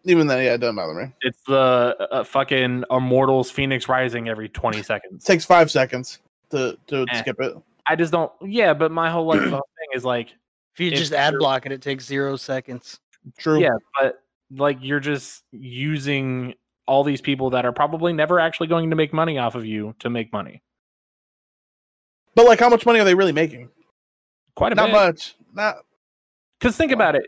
[SPEAKER 3] Even though, yeah, it doesn't bother me.
[SPEAKER 4] It's the uh, fucking Immortals Phoenix Rising every 20 seconds.
[SPEAKER 3] It takes five seconds to to
[SPEAKER 4] Eh.
[SPEAKER 3] skip it.
[SPEAKER 4] I just don't. Yeah, but my whole like the whole thing is like,
[SPEAKER 2] If you
[SPEAKER 4] It's
[SPEAKER 2] just ad
[SPEAKER 4] true.
[SPEAKER 2] block it, it takes zero seconds.
[SPEAKER 3] True.
[SPEAKER 4] yeah, but like you're just using all these people that are probably never actually going to make money off of you to make money.
[SPEAKER 3] But like, how much money are they really making?
[SPEAKER 4] Quite a
[SPEAKER 3] Not
[SPEAKER 4] bit.
[SPEAKER 3] much. Not
[SPEAKER 4] Because think about it.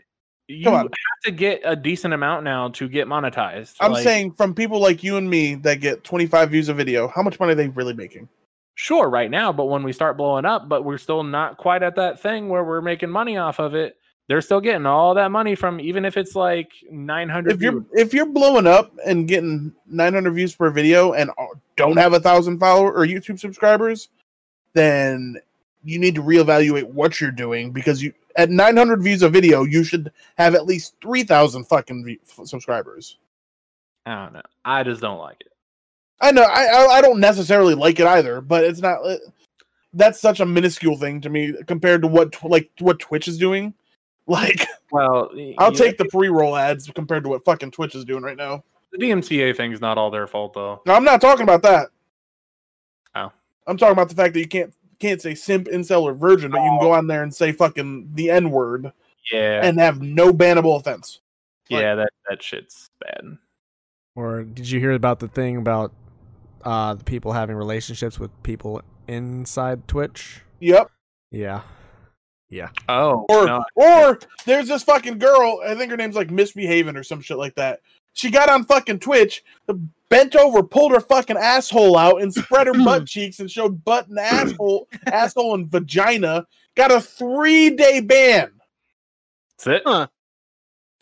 [SPEAKER 4] You
[SPEAKER 3] Come on.
[SPEAKER 4] have to get a decent amount now to get monetized.
[SPEAKER 3] I'm
[SPEAKER 4] Like,
[SPEAKER 3] saying from people like you and me that get 25 views a video, how much money are they really making?
[SPEAKER 4] sure right now, but when we start blowing up, but we're still not quite at that thing where we're making money off of it. They're still getting all that money from even if it's like 900
[SPEAKER 3] If you're
[SPEAKER 4] views.
[SPEAKER 3] if you're blowing up and getting 900 views per video and uh, don't have a thousand follower or YouTube subscribers, then you need to reevaluate what you're doing because you at 900 views a video, you should have at least 3,000 fucking view, f- subscribers.
[SPEAKER 4] I don't know. I just don't like it.
[SPEAKER 3] I know I, I I don't necessarily like it either, but it's not. uh, That's such a minuscule thing to me compared to what tw- like what Twitch is doing. Like
[SPEAKER 4] Well,
[SPEAKER 3] I'll take the pre roll ads compared to what fucking Twitch is doing right now.
[SPEAKER 4] the DMCA thing's not all their fault though.
[SPEAKER 3] Now, I'm not talking about that.
[SPEAKER 4] Oh.
[SPEAKER 3] I'm talking about the fact that you can't can't say simp, incel, or virgin, but you can go on there and say fucking the N word
[SPEAKER 4] Oh. Yeah,
[SPEAKER 3] and have no bannable offense. like-
[SPEAKER 4] yeah, that that shit's bad.
[SPEAKER 1] Or did you hear about the thing about uh, the people having relationships with people inside Twitch?
[SPEAKER 3] Yep.
[SPEAKER 1] Yeah.
[SPEAKER 4] Oh,
[SPEAKER 3] Or
[SPEAKER 4] no,
[SPEAKER 3] or there's this fucking girl. I think her name's like Misbehaving or some shit like that. She got on fucking Twitch, bent over, pulled her fucking asshole out, and spread her butt cheeks and showed butt and asshole, asshole and vagina. Got a three day ban.
[SPEAKER 4] that's it.
[SPEAKER 2] Huh.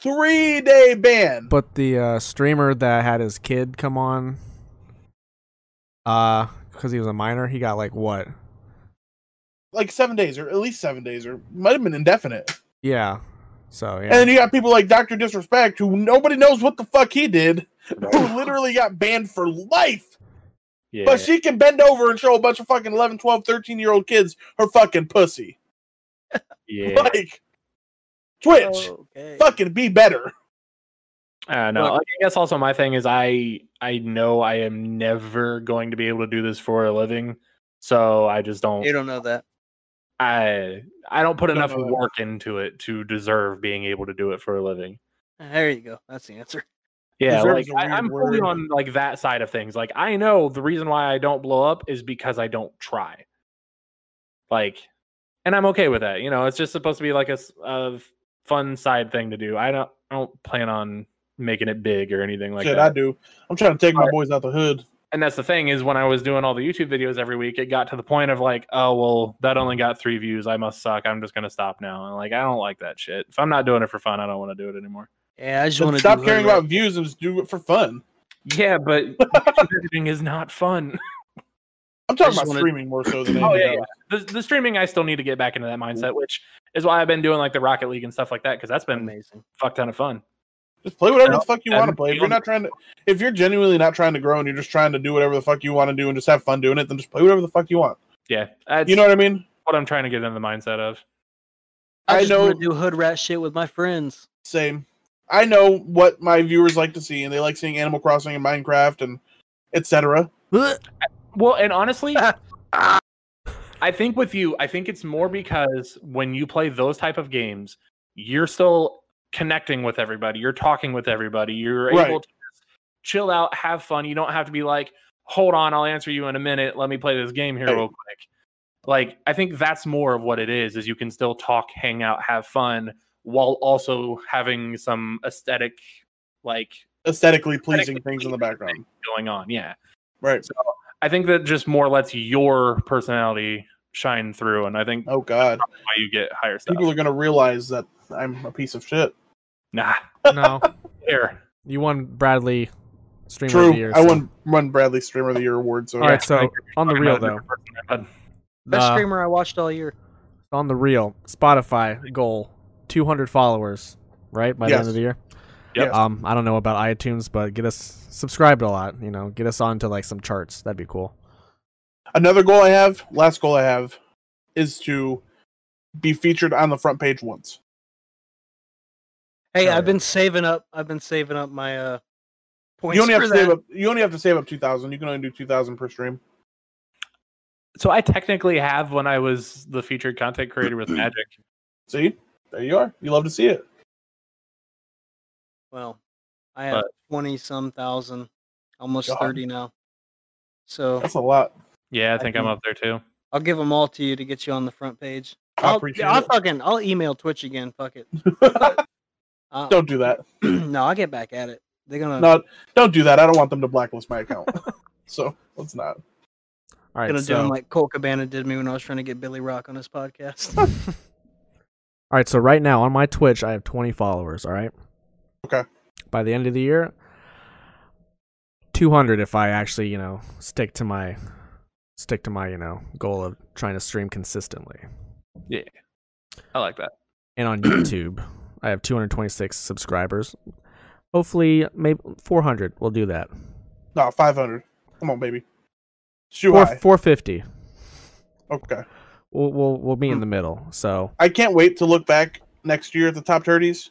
[SPEAKER 3] Three day ban.
[SPEAKER 1] But the uh, streamer that had his kid come on, uh, because he was a minor, he got like what?
[SPEAKER 3] like seven days, or at least seven days, or might have been indefinite.
[SPEAKER 1] Yeah. So yeah.
[SPEAKER 3] And then you got people like Doctor Disrespect, who nobody knows what the fuck he did, who literally got banned for life.
[SPEAKER 4] Yeah,
[SPEAKER 3] But she can bend over and show a bunch of fucking 11, 12, 13 year old kids her fucking pussy.
[SPEAKER 4] yeah.
[SPEAKER 3] Like, Twitch,
[SPEAKER 2] Okay.
[SPEAKER 3] fucking be better.
[SPEAKER 4] I don't know.
[SPEAKER 2] Look-
[SPEAKER 4] Like, I guess also my thing is I I know I am never going to be able to do this for a living, so I just don't.
[SPEAKER 2] You don't know that.
[SPEAKER 4] I I don't put
[SPEAKER 3] Don't
[SPEAKER 4] enough
[SPEAKER 3] know that.
[SPEAKER 4] work into it to deserve being able to do it for a living.
[SPEAKER 2] There you go. That's the answer.
[SPEAKER 4] Yeah,
[SPEAKER 3] Deserve is
[SPEAKER 4] like
[SPEAKER 3] a weird
[SPEAKER 4] I, I'm fully
[SPEAKER 3] word.
[SPEAKER 4] on like that side of things. Like I know the reason why I don't blow up is because I don't try. Like, and I'm okay with that. You know, it's just supposed to be like a, s- a f- fun side thing to do. I don't I don't plan on making it big or anything like
[SPEAKER 3] Shit,
[SPEAKER 4] that.
[SPEAKER 3] I do. I'm trying to take my boys out the hood.
[SPEAKER 4] and that's the thing is when I was doing all the YouTube videos every week, it got to the point of like, oh well, that only got three views. I must suck. I'm just gonna stop now. And like, I don't like that shit. If I'm not doing it for fun, I don't want to do it anymore.
[SPEAKER 2] Yeah, I just want
[SPEAKER 3] Then
[SPEAKER 2] to
[SPEAKER 3] Stop caring about views and just do it for fun.
[SPEAKER 4] Yeah, but editing is not fun.
[SPEAKER 3] I'm talking
[SPEAKER 2] just
[SPEAKER 3] about
[SPEAKER 2] wanna-
[SPEAKER 3] streaming more so than
[SPEAKER 4] Oh,
[SPEAKER 3] anything
[SPEAKER 4] yeah,
[SPEAKER 3] else.
[SPEAKER 4] The, the streaming, I still need to get back into that mindset, which is why I've been doing like the Rocket League and stuff like that because that's been a
[SPEAKER 2] amazing.
[SPEAKER 4] fuck ton of fun.
[SPEAKER 3] Just play whatever the
[SPEAKER 4] No,
[SPEAKER 3] fuck you
[SPEAKER 4] I'm
[SPEAKER 3] want to play. If you're
[SPEAKER 4] feeling-
[SPEAKER 3] not trying to, if you're genuinely not trying to grow and you're just trying to do whatever the fuck you want to do and just have fun doing it, then just play whatever the fuck you want.
[SPEAKER 4] Yeah, that's
[SPEAKER 3] You know what I mean?
[SPEAKER 4] what I'm trying to get in the mindset of.
[SPEAKER 2] I,
[SPEAKER 3] I
[SPEAKER 2] just want
[SPEAKER 3] know-
[SPEAKER 2] to do hood rat shit with my friends.
[SPEAKER 3] Same. I know what my viewers like to see, and they like seeing Animal Crossing and Minecraft and etc.
[SPEAKER 4] Well, and honestly, I think with you, I think it's more because when you play those type of games, you're still connecting with everybody. You're talking with everybody. You're able
[SPEAKER 3] Right.
[SPEAKER 4] to just chill out, have fun. You don't have to be like, "Hold on, I'll answer you in a minute. Let me play this game here
[SPEAKER 3] Right.
[SPEAKER 4] real quick." Like, I think that's more of what it is. Is you can still talk, hang out, have fun while also having some aesthetic like
[SPEAKER 3] Aesthetically pleasing
[SPEAKER 4] Aesthetically
[SPEAKER 3] things in the background.
[SPEAKER 4] going on. Yeah.
[SPEAKER 3] Right.
[SPEAKER 4] I think that just more lets your personality shine through and I think
[SPEAKER 3] Oh God,
[SPEAKER 4] why you get higher stuff.
[SPEAKER 3] people are gonna realize that I'm a piece of shit.
[SPEAKER 4] Nah,
[SPEAKER 1] no,
[SPEAKER 4] here.
[SPEAKER 1] you won Bradley streamer of
[SPEAKER 3] True.
[SPEAKER 1] the year.
[SPEAKER 3] I
[SPEAKER 1] so-
[SPEAKER 3] won won Bradley Streamer of the Year award. So
[SPEAKER 1] All right, so
[SPEAKER 4] Thank
[SPEAKER 1] on the
[SPEAKER 4] Talking
[SPEAKER 1] real
[SPEAKER 4] about a
[SPEAKER 1] though,
[SPEAKER 4] different person,
[SPEAKER 2] Best
[SPEAKER 1] uh,
[SPEAKER 2] streamer I watched all year.
[SPEAKER 1] on the real Spotify goal, 200 followers, right by the
[SPEAKER 3] Yes.
[SPEAKER 1] end of the year.
[SPEAKER 4] Yep.
[SPEAKER 1] Um, I don't know about iTunes, but get us subscribed a lot. You know, get us onto like some charts. That'd be cool.
[SPEAKER 3] another goal I have, last goal I have, is to be featured on the front page once.
[SPEAKER 2] Hey,
[SPEAKER 1] Sorry.
[SPEAKER 2] I've been saving up. I've been saving up my uh points.
[SPEAKER 3] You only have
[SPEAKER 2] for
[SPEAKER 3] to save
[SPEAKER 2] that.
[SPEAKER 3] up. You only have to save up two thousand. You can only do two thousand per stream.
[SPEAKER 4] So I technically have when I was the featured content creator with Magic.
[SPEAKER 3] See, there you are. You love to see it.
[SPEAKER 2] Well, I have twenty some thousand, almost
[SPEAKER 3] God.
[SPEAKER 2] thirty now. So
[SPEAKER 3] That's a lot.
[SPEAKER 4] Yeah, I think I am
[SPEAKER 2] can-
[SPEAKER 4] up there too.
[SPEAKER 2] I'll give them all to you to get you on the front page.
[SPEAKER 3] I
[SPEAKER 2] I'll-
[SPEAKER 3] appreciate
[SPEAKER 2] I'll
[SPEAKER 3] it.
[SPEAKER 2] fucking I'll email Twitch again. Fuck it. Uh,
[SPEAKER 3] don't do that.
[SPEAKER 2] no, I'll get back at it. They're gonna
[SPEAKER 3] No, don't do that. I don't want them to blacklist my account. so let's not.
[SPEAKER 1] All right,
[SPEAKER 2] gonna do
[SPEAKER 1] so,
[SPEAKER 2] 'em
[SPEAKER 3] uh
[SPEAKER 2] like Colt Cabana did me when I was trying to get Billy Rock on his podcast.
[SPEAKER 1] all right, so right now on my Twitch, I have 20 followers. All right.
[SPEAKER 3] Okay.
[SPEAKER 1] By the end of the year, 200 if I actually, you know, stick to my stick to my, you know, goal of trying to stream consistently.
[SPEAKER 4] I like that.
[SPEAKER 1] And on YouTube, I have 226 subscribers. Hopefully, maybe 400. We'll do that.
[SPEAKER 3] No, five hundred. Come on, baby. Shoe
[SPEAKER 1] Four,
[SPEAKER 3] high.
[SPEAKER 1] 450.
[SPEAKER 3] Okay.
[SPEAKER 1] We'll, we'll we'll be in
[SPEAKER 3] Hmm.
[SPEAKER 1] the middle. So
[SPEAKER 3] I can't wait to look back next year at the top thirties,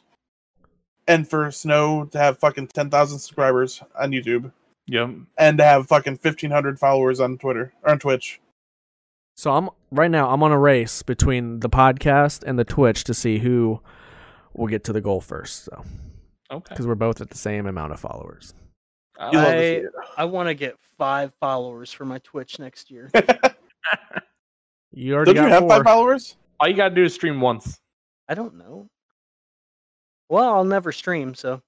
[SPEAKER 3] and for Snow to have fucking ten thousand subscribers on YouTube,
[SPEAKER 4] Yep.
[SPEAKER 3] and to have fucking fifteen hundred followers on Twitter or on Twitch.
[SPEAKER 1] so I'm right now. I'm on a race between the podcast and the Twitch to see who will get to the goal first. So
[SPEAKER 4] Okay.
[SPEAKER 1] because we're both at the same amount of followers.
[SPEAKER 4] I
[SPEAKER 3] You love
[SPEAKER 4] like-
[SPEAKER 3] to
[SPEAKER 2] I-
[SPEAKER 3] see it.
[SPEAKER 2] I want to get five followers for my Twitch next year.
[SPEAKER 1] You already
[SPEAKER 3] Don't you
[SPEAKER 1] got
[SPEAKER 3] have
[SPEAKER 1] four.
[SPEAKER 3] five followers?
[SPEAKER 4] all you gotta do is stream once.
[SPEAKER 2] I don't know. Well, I'll never stream, so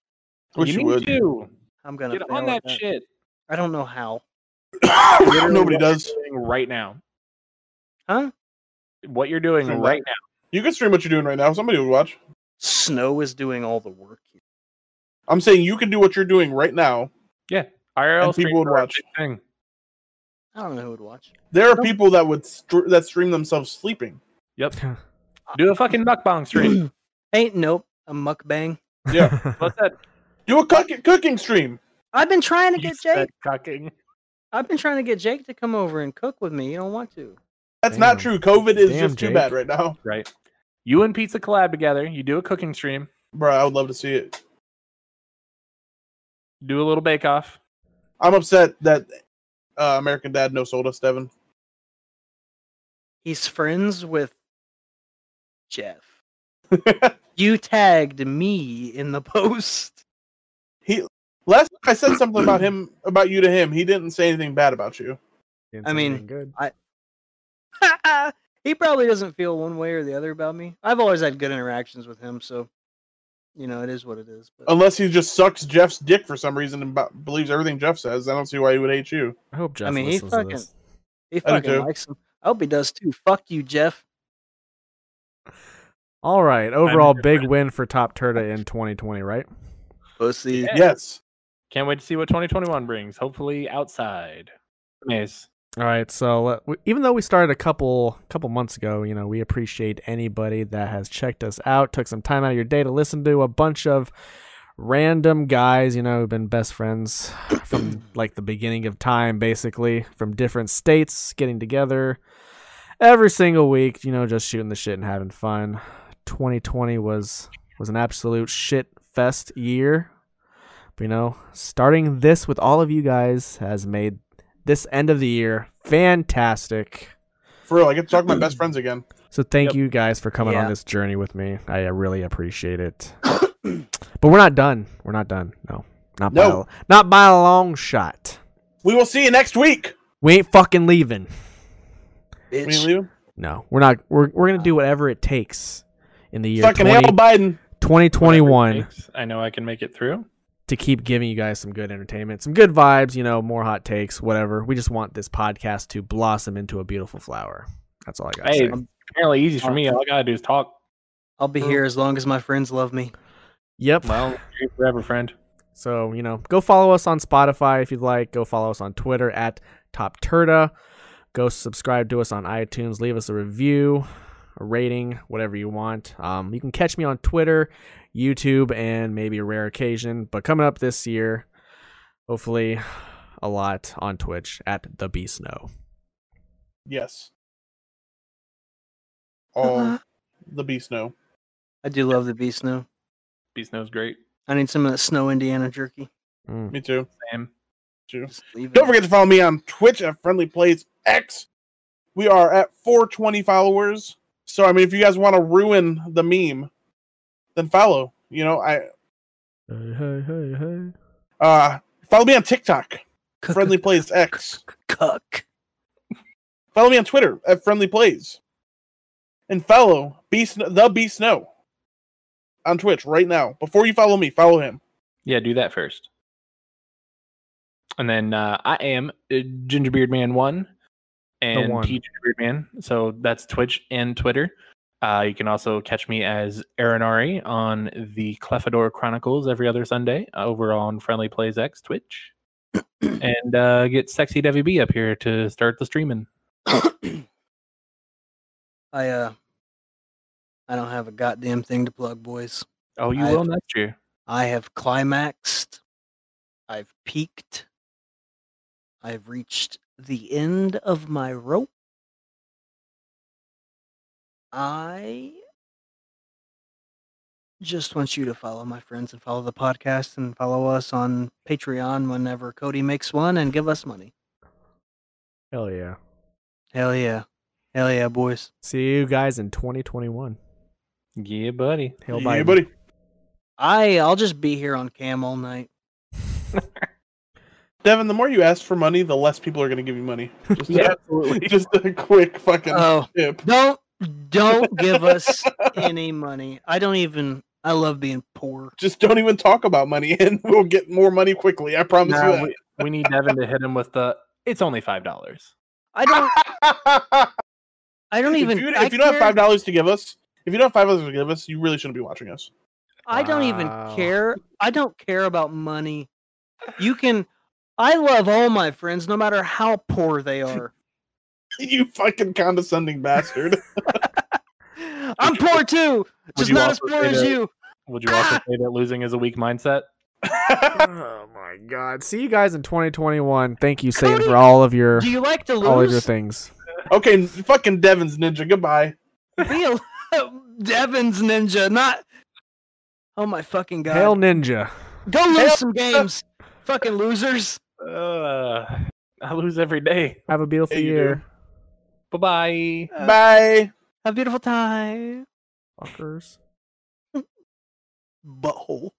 [SPEAKER 3] Wish
[SPEAKER 4] you
[SPEAKER 3] you
[SPEAKER 4] need
[SPEAKER 3] would.
[SPEAKER 4] to
[SPEAKER 2] I'm gonna
[SPEAKER 4] get
[SPEAKER 2] fail
[SPEAKER 4] on
[SPEAKER 2] at
[SPEAKER 4] that, shit
[SPEAKER 2] I don't know how.
[SPEAKER 4] Literally
[SPEAKER 3] Nobody
[SPEAKER 4] what you're
[SPEAKER 3] does.
[SPEAKER 4] doing right now.
[SPEAKER 2] Huh?
[SPEAKER 4] What you're doing
[SPEAKER 3] Stream
[SPEAKER 4] right
[SPEAKER 3] You can stream what you're doing right now. Somebody would watch.
[SPEAKER 2] Snow is doing all the work. here.
[SPEAKER 3] I'm saying you can do what you're doing right now.
[SPEAKER 4] now, IRL
[SPEAKER 3] And people
[SPEAKER 4] stream
[SPEAKER 3] would watch.
[SPEAKER 4] Thing.
[SPEAKER 2] I don't know who would watch.
[SPEAKER 3] There are
[SPEAKER 2] Nope.
[SPEAKER 3] people that would str that stream themselves sleeping.
[SPEAKER 4] Do a fucking mukbang stream.
[SPEAKER 2] Ain't nope. A mukbang.
[SPEAKER 3] Yeah.
[SPEAKER 4] What's that?
[SPEAKER 3] Do a cook- cooking stream.
[SPEAKER 2] I've been trying to
[SPEAKER 4] You
[SPEAKER 2] get
[SPEAKER 4] said
[SPEAKER 2] Jake.
[SPEAKER 4] cucking.
[SPEAKER 2] I've been trying to get Jake to come over and cook with me. You don't want to.
[SPEAKER 3] That's not
[SPEAKER 1] Damn.
[SPEAKER 3] true. COVID is
[SPEAKER 1] Damn,
[SPEAKER 3] just too
[SPEAKER 1] Jake.
[SPEAKER 3] bad right now,
[SPEAKER 4] Right. You and Pizza collab together. You do a cooking stream.
[SPEAKER 3] bro. I would love to see it.
[SPEAKER 4] Do a little bake off.
[SPEAKER 3] I'm upset that uh, American Dad no sold us, Devin.
[SPEAKER 2] He's friends with Jeff. You tagged me in the post.
[SPEAKER 3] he last time I said something about him about you to him. He didn't say anything bad about you.
[SPEAKER 1] It's
[SPEAKER 2] mean-
[SPEAKER 1] looking good.
[SPEAKER 2] he probably doesn't feel one way or the other about me. I've always had good interactions with him, so you know it is what it is. But
[SPEAKER 3] Unless he just sucks Jeff's dick for some reason and b- believes everything Jeff says. I don't see why he would hate you.
[SPEAKER 1] I hope Jeff
[SPEAKER 2] mean, he
[SPEAKER 1] listens
[SPEAKER 2] fucking-
[SPEAKER 1] to this.
[SPEAKER 2] he
[SPEAKER 3] I do
[SPEAKER 2] fucking
[SPEAKER 3] too.
[SPEAKER 2] likes him. I hope he does too. Fuck you, Jeff.
[SPEAKER 1] All right, overall
[SPEAKER 4] your
[SPEAKER 1] big
[SPEAKER 4] friend.
[SPEAKER 1] win for Top Turda in 2020, right?
[SPEAKER 2] Pussy.
[SPEAKER 4] Yeah.
[SPEAKER 3] Yes.
[SPEAKER 4] Can't wait to see what 2021 brings. Hopefully outside. Nice.
[SPEAKER 1] All right, so uh, we, even though we started a couple couple months ago, you know, we appreciate anybody that has checked us out, took some time out of your day to listen to a bunch of random guys, you know, who've been best friends from like the beginning of time, basically, from different states, getting together every single week, you know, just shooting the shit and having fun. 2020 was was an absolute shit fest year. But you know, starting this with all of you guys has made this end of the year fantastic.
[SPEAKER 3] For real, I get to talk to my best friends again.
[SPEAKER 1] So thank
[SPEAKER 4] Yep.
[SPEAKER 1] you guys for coming
[SPEAKER 2] Yeah.
[SPEAKER 1] on this journey with me. I uh, really appreciate it. but we're not done. We're not done. No. Not by
[SPEAKER 3] No.
[SPEAKER 1] a, not by a long shot.
[SPEAKER 3] We will see you next week.
[SPEAKER 1] We ain't fucking leaving.
[SPEAKER 3] We
[SPEAKER 2] Bitch.
[SPEAKER 3] ain't leaving.
[SPEAKER 1] No. We're not we're we're going to do whatever it takes in the year
[SPEAKER 3] Fucking
[SPEAKER 1] 20
[SPEAKER 3] hell, Biden.
[SPEAKER 4] Whatever it
[SPEAKER 1] 2021
[SPEAKER 4] takes. I know I can make it through.
[SPEAKER 1] to keep giving you guys some good entertainment, some good vibes, you know, more hot takes, whatever. We just want this podcast to blossom into a beautiful flower. That's all I got. to
[SPEAKER 4] Hey,
[SPEAKER 1] say.
[SPEAKER 4] apparently easy for me. All I gotta do is talk.
[SPEAKER 2] I'll be here as long as my friends love me.
[SPEAKER 1] Yep.
[SPEAKER 4] Well, you're forever, friend.
[SPEAKER 1] So, you know, go follow us on Spotify if you'd like. Go follow us on Twitter at Top Turda. Go subscribe to us on iTunes. Leave us a review, a rating, whatever you want. Um, you can catch me on Twitter, YouTube, and maybe a rare occasion. But coming up this year, hopefully a lot on Twitch at The Bee Snow.
[SPEAKER 3] Yes.
[SPEAKER 2] Uh-huh.
[SPEAKER 3] All the beast know.
[SPEAKER 2] I do love the beast now.
[SPEAKER 4] Bee snow's great.
[SPEAKER 2] I need some of that snow Indiana jerky.
[SPEAKER 1] Mm.
[SPEAKER 3] Me too.
[SPEAKER 4] Sam.
[SPEAKER 3] Too.
[SPEAKER 2] Just leave
[SPEAKER 3] Don't
[SPEAKER 2] it.
[SPEAKER 3] forget to follow me on Twitch at Friendly Plays X. We are at 420 followers. So I mean, if you guys want to ruin the meme, then follow. You know, I
[SPEAKER 1] Hey, hey, hey, hey.
[SPEAKER 3] uh follow me on TikTok,
[SPEAKER 2] Cuck,
[SPEAKER 3] Friendly
[SPEAKER 2] cuck,
[SPEAKER 3] Plays X.
[SPEAKER 2] cuck, cuck, cuck.
[SPEAKER 3] Follow me on Twitter at Friendly Plays, and follow B Sn- the B Snow on Twitch right now. Before you follow me, follow him.
[SPEAKER 4] Yeah, do that first. And then uh, I am uh, Gingerbeard Man One and
[SPEAKER 1] one.
[SPEAKER 4] P Gingerbeard Man. So that's Twitch and Twitter. Uh, you can also catch me as Aaron Ari on the Clefador Chronicles every other Sunday uh, over on Friendly Plays X Twitch. and uh, get Sexy WB up here to start the streaming.
[SPEAKER 2] I uh, I don't have a goddamn thing to plug, boys.
[SPEAKER 4] Oh, you
[SPEAKER 2] I-
[SPEAKER 4] will next year.
[SPEAKER 2] I have climaxed. I've peaked. I've reached the end of my rope. I just want you to follow my friends and follow the podcast and follow us on Patreon whenever Cody makes one and give us money.
[SPEAKER 1] Hell yeah.
[SPEAKER 2] Hell yeah. Hell yeah, boys.
[SPEAKER 1] See you guys in 2021.
[SPEAKER 4] Yeah, buddy.
[SPEAKER 1] Hail
[SPEAKER 3] yeah,
[SPEAKER 1] Biden.
[SPEAKER 3] buddy.
[SPEAKER 2] I I'll just be here on cam all night.
[SPEAKER 3] Devin, the more you ask for money, the less people are going to give you money. Just,
[SPEAKER 4] absolutely.
[SPEAKER 3] just a quick fucking
[SPEAKER 2] Oh,
[SPEAKER 3] tip.
[SPEAKER 2] don't don't give us any money. I don't even I love being poor.
[SPEAKER 3] Just don't even talk about money, and we'll get more money quickly. I promise
[SPEAKER 4] Nah,
[SPEAKER 3] you. That.
[SPEAKER 4] we, we need Devin to hit him with the. It's only five dollars.
[SPEAKER 2] I don't I don't even
[SPEAKER 3] if you,
[SPEAKER 2] I,
[SPEAKER 3] if you don't have
[SPEAKER 2] care-
[SPEAKER 3] five dollars to give us, if you don't have five dollars to give us, you really shouldn't be watching us.
[SPEAKER 2] I don't even
[SPEAKER 1] Wow.
[SPEAKER 2] care. I don't care about money. You can I love all my friends no matter how poor they are.
[SPEAKER 3] You fucking condescending bastard.
[SPEAKER 2] I'm poor too. Just
[SPEAKER 4] you
[SPEAKER 2] not as
[SPEAKER 4] also
[SPEAKER 2] poor
[SPEAKER 4] say
[SPEAKER 2] as
[SPEAKER 4] that-
[SPEAKER 2] you.
[SPEAKER 4] Would you also
[SPEAKER 2] Ah!
[SPEAKER 4] say that losing is a weak mindset?
[SPEAKER 1] oh my god. See you guys in 2021. Thank you, Satan,
[SPEAKER 2] Cody,
[SPEAKER 1] for all of your
[SPEAKER 2] Do you like to
[SPEAKER 1] all of your
[SPEAKER 2] lose?
[SPEAKER 1] things.
[SPEAKER 3] okay, fucking Devin's ninja. Goodbye.
[SPEAKER 2] Be a Devon's ninja, not Oh my fucking god.
[SPEAKER 1] Hail Ninja.
[SPEAKER 2] Go lose
[SPEAKER 3] Hell-
[SPEAKER 2] some games. Fucking losers.
[SPEAKER 4] Uh, I lose every day.
[SPEAKER 1] Have a beautiful
[SPEAKER 3] Yeah, you do.
[SPEAKER 1] year.
[SPEAKER 4] Bye bye.
[SPEAKER 2] Uh,
[SPEAKER 3] Bye.
[SPEAKER 2] Have a beautiful time.
[SPEAKER 1] Fuckers.
[SPEAKER 2] Butthole.